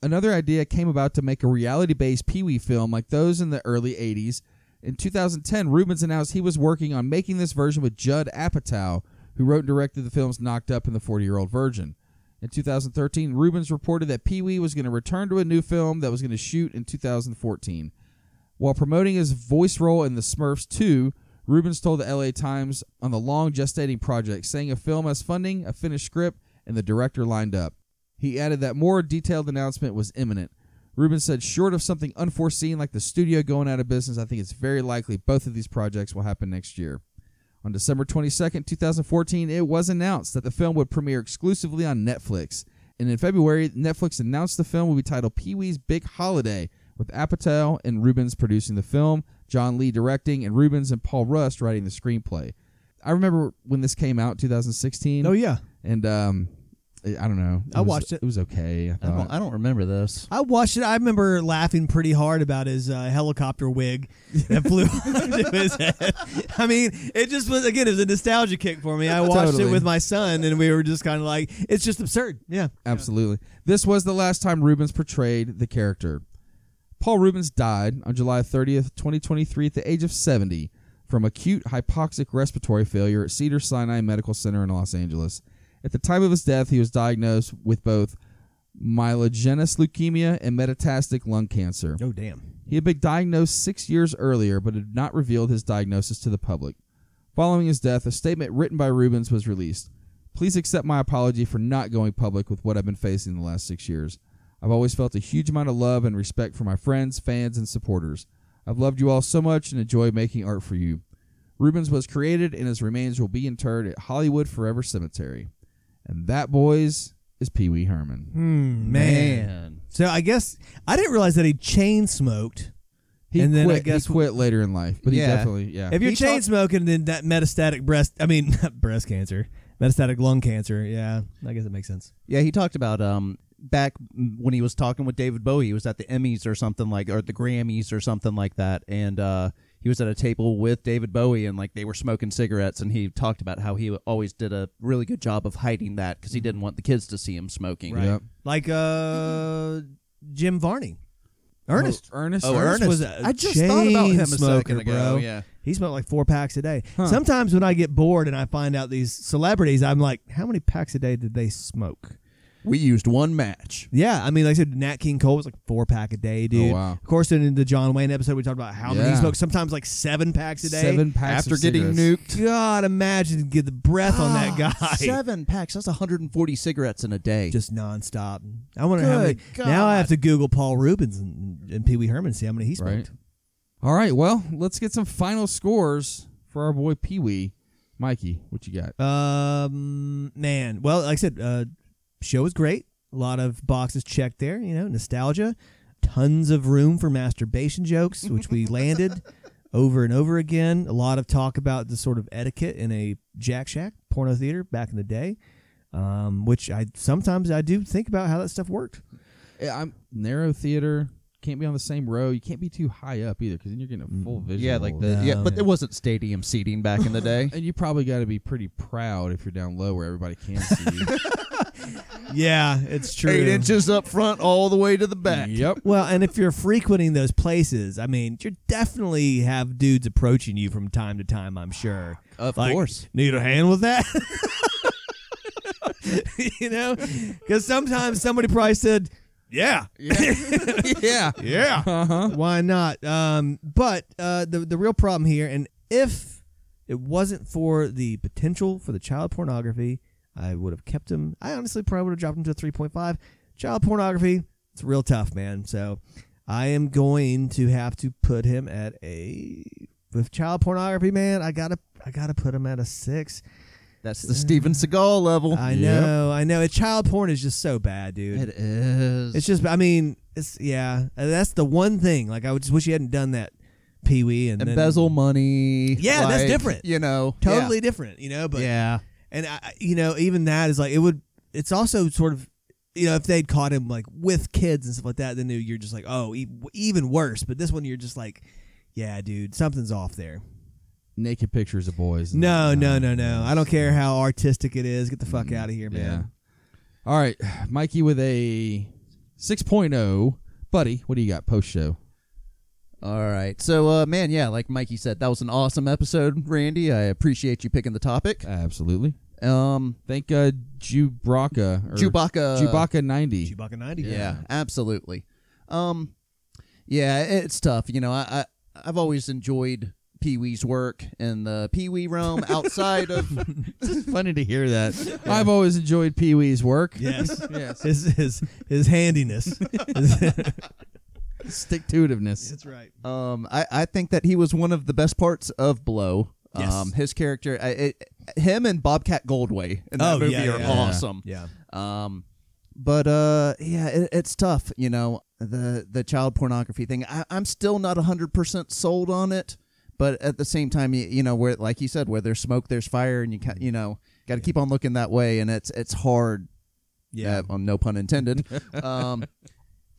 [SPEAKER 2] Another idea came about to make a reality based Pee Wee film like those in the early 80s. In 2010, Rubens announced he was working on making this version with Judd Apatow, who wrote and directed the films Knocked Up and The 40 Year Old Virgin. In 2013, Rubens reported that Pee Wee was going to return to a new film that was going to shoot in 2014. While promoting his voice role in The Smurfs 2, Rubens told the LA Times on the long gestating project, saying a film has funding, a finished script, and the director lined up. He added that more detailed announcement was imminent. Rubens said, short of something unforeseen like the studio going out of business, I think it's very likely both of these projects will happen next year. On December 22nd, 2014, it was announced that the film would premiere exclusively on Netflix. And in February, Netflix announced the film will be titled Pee Wee's Big Holiday, with Apatow and Rubens producing the film, John Lee directing, and Rubens and Paul Rust writing the screenplay. I remember when this came out, 2016.
[SPEAKER 4] Oh yeah,
[SPEAKER 2] And um, I I don't know.
[SPEAKER 4] I
[SPEAKER 2] was-
[SPEAKER 4] watched it.
[SPEAKER 2] It was okay. I
[SPEAKER 5] I don't,
[SPEAKER 2] thought.
[SPEAKER 5] I don't remember this.
[SPEAKER 4] I watched it. I remember laughing pretty hard about his uh, helicopter wig that flew (laughs) onto his head. I mean, it just was again. It was a nostalgia kick for me. I watched it
[SPEAKER 2] Totally.
[SPEAKER 4] with my son, and we were just kind of like, it's just absurd. Yeah,
[SPEAKER 2] Absolutely. This was the last time Rubens portrayed the character. Paul Rubens died on July 30th, 2023, at the age of 70 from acute hypoxic respiratory failure at Cedar Sinai Medical Center in Los Angeles. At the time of his death, he was diagnosed with both myelogenous leukemia and metastatic lung cancer.
[SPEAKER 4] Oh damn.
[SPEAKER 2] He had been diagnosed six years earlier, but had not revealed his diagnosis to the public. Following his death, a statement written by Rubens was released. Please accept my apology for not going public with what I've been facing the last six years. I've always felt a huge amount of love and respect for my friends, fans, and supporters. I've loved you all so much and enjoy making art for you. Rubens was created, and his remains will be interred at Hollywood Forever Cemetery. And that, boys, is Pee Wee Herman.
[SPEAKER 4] Hmm, man. So I guess I didn't realize that he chain smoked.
[SPEAKER 2] He
[SPEAKER 4] And then I
[SPEAKER 2] quit.
[SPEAKER 4] guess-
[SPEAKER 2] he quit later in life, but
[SPEAKER 11] Yeah.
[SPEAKER 2] he definitely, yeah.
[SPEAKER 4] If you're
[SPEAKER 11] He
[SPEAKER 4] chain
[SPEAKER 11] talked-
[SPEAKER 4] smoking, then that metastatic breast—I mean, (laughs) not breast cancer, metastatic lung cancer. Yeah, I guess it makes sense.
[SPEAKER 5] Yeah, he talked about um back when he was talking with David Bowie. He was at the Emmys or something like, or the Grammys or something like that, and uh, he was at a table with David Bowie, and like they were smoking cigarettes, and he talked about how he always did a really good job of hiding that because he didn't want the kids to see him smoking.
[SPEAKER 2] Yep.
[SPEAKER 4] Like uh, Jim Varney, Ernest.
[SPEAKER 2] Oh, Ernest.
[SPEAKER 5] Oh,
[SPEAKER 4] Ernest
[SPEAKER 5] Ernest.
[SPEAKER 4] was a
[SPEAKER 5] I just thought about him
[SPEAKER 4] chain
[SPEAKER 5] a second
[SPEAKER 4] smoker,
[SPEAKER 5] ago,
[SPEAKER 4] Bro.
[SPEAKER 5] yeah.
[SPEAKER 4] he smoked like four packs a day.
[SPEAKER 2] Huh.
[SPEAKER 4] Sometimes when I get bored and I find out these celebrities, I'm like, how many packs a day did they smoke?
[SPEAKER 5] We used one match.
[SPEAKER 4] Yeah, I mean, like I said, Nat King Cole was like four pack a
[SPEAKER 5] Oh,
[SPEAKER 4] day, dude.
[SPEAKER 2] wow.
[SPEAKER 4] Of course, in the John Wayne episode, we talked about how many he
[SPEAKER 2] Yeah.
[SPEAKER 4] smoked. Sometimes like seven packs a day.
[SPEAKER 2] Seven packs
[SPEAKER 5] After
[SPEAKER 2] of
[SPEAKER 5] getting
[SPEAKER 2] cigarettes.
[SPEAKER 4] (laughs)
[SPEAKER 5] nuked.
[SPEAKER 4] God, imagine get the breath on that guy.
[SPEAKER 5] Ah, (laughs) Seven packs. That's 140 cigarettes in a
[SPEAKER 4] (laughs)
[SPEAKER 5] day.
[SPEAKER 4] Just nonstop. I wonder how many.
[SPEAKER 5] Good
[SPEAKER 4] Now I
[SPEAKER 5] God.
[SPEAKER 4] have to Google Paul Rubens and, and Pee Wee Herman see how many he smoked.
[SPEAKER 2] Right. All right, well, let's get some final scores for our boy Pee Wee. Mikey, what you got?
[SPEAKER 4] Um, man. Well, like I said, uh, show was great. A lot of boxes checked there. You know, nostalgia, tons of room for masturbation jokes, which we landed over and over again. A lot of talk about the sort of etiquette in a Jack Shack porno theater back in the day. Um, which I sometimes I do think about how that stuff worked.
[SPEAKER 2] Eh, I'm narrow theater. Can't be on the same row. You can't be too high up either, because then you're getting a full visual.
[SPEAKER 5] yeah, like the yeah, but it wasn't stadium seating back in the (laughs) day.
[SPEAKER 2] And you probably got to be pretty proud if you're down low where everybody can see you.
[SPEAKER 4] Yeah, it's true.
[SPEAKER 5] Eight inches up front, all the way to the back. (laughs)
[SPEAKER 2] yep.
[SPEAKER 4] Well, and if you're frequenting those places, I mean, you definitely have dudes approaching you from time to time. I'm sure.
[SPEAKER 5] Of
[SPEAKER 4] Like,
[SPEAKER 5] course.
[SPEAKER 4] Need a hand with that? (laughs) you know, because sometimes somebody probably said, "Yeah,
[SPEAKER 2] yeah.
[SPEAKER 4] yeah, why not?" Um, but uh, the the real problem here, and if it wasn't for the potential for the child pornography, I would have kept him. I honestly probably would have dropped him to three point five. Child pornography, it's real tough, man. So I am going to have to put him at a with child pornography, man. I gotta I gotta put him at a six.
[SPEAKER 5] That's the Steven Seagal level.
[SPEAKER 4] I know, I know. And child porn is just so bad, dude.
[SPEAKER 5] It is.
[SPEAKER 4] It's just, I mean, it's yeah. That's the one thing. Like, I would just wish you hadn't done that Pee Wee and then-
[SPEAKER 5] embezzle money.
[SPEAKER 4] Yeah, that's
[SPEAKER 5] like,
[SPEAKER 4] different.
[SPEAKER 5] You know,
[SPEAKER 4] Totally different, you know. But
[SPEAKER 5] Yeah,
[SPEAKER 4] and I, I- you know, even that is like it would. It's also sort of, you know, if they'd caught him like with kids and stuff like that, then you're just like, oh, e- even worse. But this one, you're just like, yeah, dude, something's off there.
[SPEAKER 2] Naked pictures of boys. and-
[SPEAKER 4] No, no, no,
[SPEAKER 2] yeah,
[SPEAKER 4] no. I don't care how artistic it is. Get the
[SPEAKER 5] Mm,
[SPEAKER 4] fuck out of here,
[SPEAKER 2] Yeah.
[SPEAKER 4] man.
[SPEAKER 2] All right, Mikey with a oh. 6.0. Buddy, what do you got post show?
[SPEAKER 5] All right. So, uh, man, yeah, like Mikey said, that was an awesome episode, Randy. I appreciate you picking the topic.
[SPEAKER 2] Absolutely.
[SPEAKER 5] Um,
[SPEAKER 2] Thank uh, Jubraka. or
[SPEAKER 5] Chewbacca.
[SPEAKER 2] Chewbacca 90. (laughs)
[SPEAKER 4] Chewbacca ninety.
[SPEAKER 5] Yeah, absolutely. Um, yeah, it's tough. You know, I, I I've always enjoyed Pee Wee's work in the Pee Wee realm
[SPEAKER 4] (laughs)
[SPEAKER 5] outside of.
[SPEAKER 2] Funny to hear that. (laughs) I've always enjoyed Pee Wee's work. (laughs)
[SPEAKER 4] Yes. (laughs)
[SPEAKER 2] Yes.
[SPEAKER 4] his his his
[SPEAKER 5] (laughs)
[SPEAKER 4] handiness.
[SPEAKER 2] Stick to itiveness.
[SPEAKER 4] That's right.
[SPEAKER 5] Um, I, I think that he was one of the best parts of Blow.
[SPEAKER 4] Yes.
[SPEAKER 5] Um, his character, I, it, him and Bobcat Goldway in that
[SPEAKER 4] Oh,
[SPEAKER 5] movie
[SPEAKER 4] yeah,
[SPEAKER 5] are
[SPEAKER 4] yeah, yeah.
[SPEAKER 5] awesome.
[SPEAKER 4] Yeah.
[SPEAKER 5] Um, but uh, yeah, it, it's tough, you know, the the child pornography thing. I, I'm still not hundred percent sold on it, but at the same time, you, you know, where like you said, where there's smoke, there's fire, and you ca- you know, got to keep on looking that way, and it's it's hard.
[SPEAKER 4] Yeah.
[SPEAKER 5] uh, well, no
[SPEAKER 2] (laughs)
[SPEAKER 5] pun intended. um,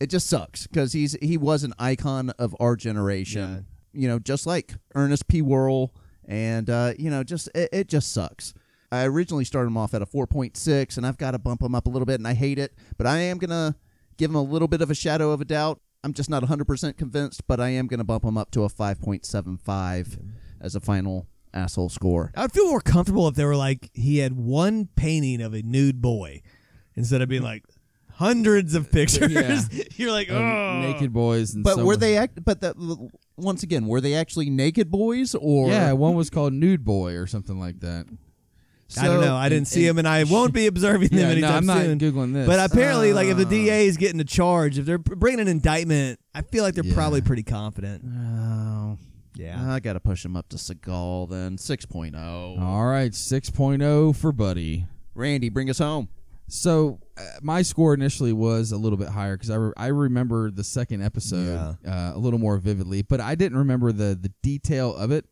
[SPEAKER 5] it just sucks because he's he was an icon of our generation. You know, just like Ernest P. Worrell, and uh, you know, just it, it just sucks. I originally started him off at a 4.6, and I've got to bump him up a little bit, and I hate it, but I am gonna give him a little bit of a shadow of a doubt. I'm just not 100% convinced, but I am gonna bump him up to a 5.75 as a final asshole score.
[SPEAKER 4] I'd feel more comfortable if they were like he had one painting of a nude boy instead of being like hundreds of pictures. (laughs) You're like,
[SPEAKER 2] Of
[SPEAKER 4] oh,
[SPEAKER 2] um, Naked boys. And
[SPEAKER 5] But
[SPEAKER 2] so-
[SPEAKER 5] were they act? But the, once again, were they actually naked boys or
[SPEAKER 2] Yeah, one was called Nude Boy or something like that.
[SPEAKER 4] I don't
[SPEAKER 5] So-
[SPEAKER 4] know. I didn't see him, and I won't be observing them
[SPEAKER 2] Yeah, no,
[SPEAKER 4] anytime
[SPEAKER 2] I'm not
[SPEAKER 4] soon.
[SPEAKER 2] googling this.
[SPEAKER 4] But apparently, like if the DA is getting a charge, if they're p- bringing an indictment, I feel like they're
[SPEAKER 2] Yeah.
[SPEAKER 4] probably pretty confident.
[SPEAKER 5] Oh,
[SPEAKER 4] Yeah.
[SPEAKER 5] I got to push him up to Seagal then. oh. 6.0.
[SPEAKER 2] All right, 6.0 for Buddy.
[SPEAKER 5] Randy, bring us home.
[SPEAKER 2] So uh, my score initially was a little bit higher because I, re- I remember the second episode uh, a little more vividly, but I didn't remember the the detail of it.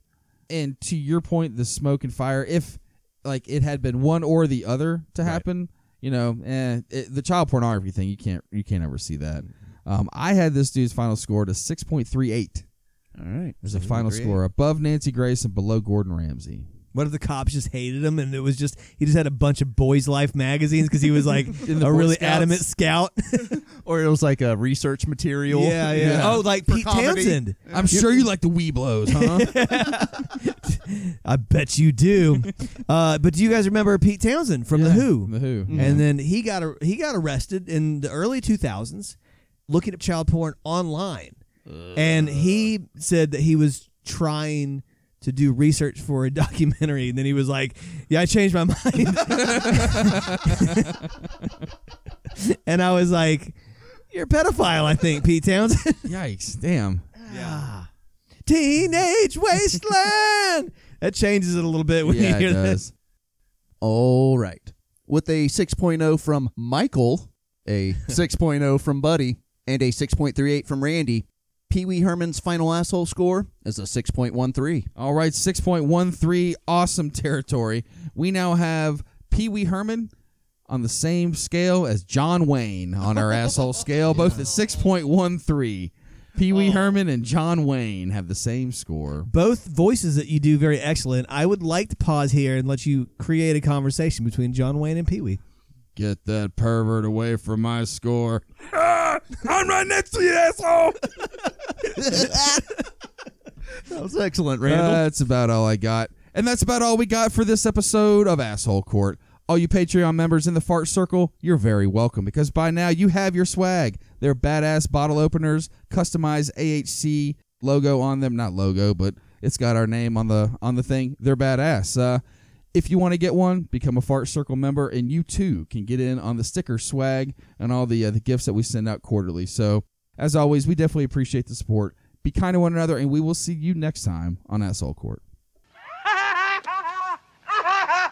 [SPEAKER 2] And to your point, the smoke and fire, if like it had been one or the other to happen, you know, eh, it, the child pornography thing, you can't you can't ever see that. Um, I had this dude's final score to six point three eight.
[SPEAKER 5] All right.
[SPEAKER 2] There's a final score above Nancy Grace and below Gordon Ramsay.
[SPEAKER 4] What if the cops just hated him, and it was just he just had a bunch of Boys Life magazines because he was like a really adamant scout. (laughs)
[SPEAKER 5] Or it was like a research material.
[SPEAKER 4] yeah, yeah. Oh, like Pete
[SPEAKER 5] comedy.
[SPEAKER 4] Townsend.
[SPEAKER 2] I'm sure you like the Weeblos, huh?
[SPEAKER 4] I bet you
[SPEAKER 2] (laughs)
[SPEAKER 4] do. uh, but do you guys remember Pete Townsend from (laughs) The Who?
[SPEAKER 2] the Who.
[SPEAKER 5] Mm-hmm.
[SPEAKER 4] And then he got a, he got arrested in the early 2000s looking at child porn online. and he said that he was trying to do research for a (laughs) documentary and then he was like, "Yeah, I changed my mind." (laughs) and I was like, "You're a pedophile, I think, Pete Townsend." (laughs)
[SPEAKER 2] Yikes! Damn.
[SPEAKER 4] Teenage Wasteland. that changes it a
[SPEAKER 2] (laughs)
[SPEAKER 4] little bit when
[SPEAKER 2] Yeah,
[SPEAKER 4] you hear
[SPEAKER 2] it
[SPEAKER 4] this.
[SPEAKER 2] does.
[SPEAKER 5] All right. With a 6.0 from Michael, a (laughs) 6.0 from Buddy, and a 6.38 from Randy, Pee Wee Herman's final asshole score is a 6.13.
[SPEAKER 2] All right, 6.13, awesome territory. We now have Pee Wee Herman on the same scale as John Wayne on (laughs) our asshole scale, both at 6.13. Pee Wee Herman and John Wayne have the same score.
[SPEAKER 4] Both voices that you do very excellent. I would like to pause here and let you create a conversation between John Wayne and Pee Wee.
[SPEAKER 2] Get that pervert away from my score. (laughs) I'm right next to you, asshole.
[SPEAKER 5] That was excellent,
[SPEAKER 2] That's about all I got. And that's about all we got for this episode of Asshole Court. All you Patreon members in the Fart Circle, you're very welcome because by now you have your swag. They're badass bottle openers, customized AHC logo on them. Not logo, but it's got our name on the on the thing. They're badass. Uh, if you want to get one, become a Fart Circle member, and you too can get in on the sticker swag and all the uh, the gifts that we send out quarterly. So, as always, we definitely appreciate the support. Be kind to one another, and we will see you next time on Asshole Court.
[SPEAKER 3] ha ha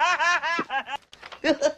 [SPEAKER 3] ha ha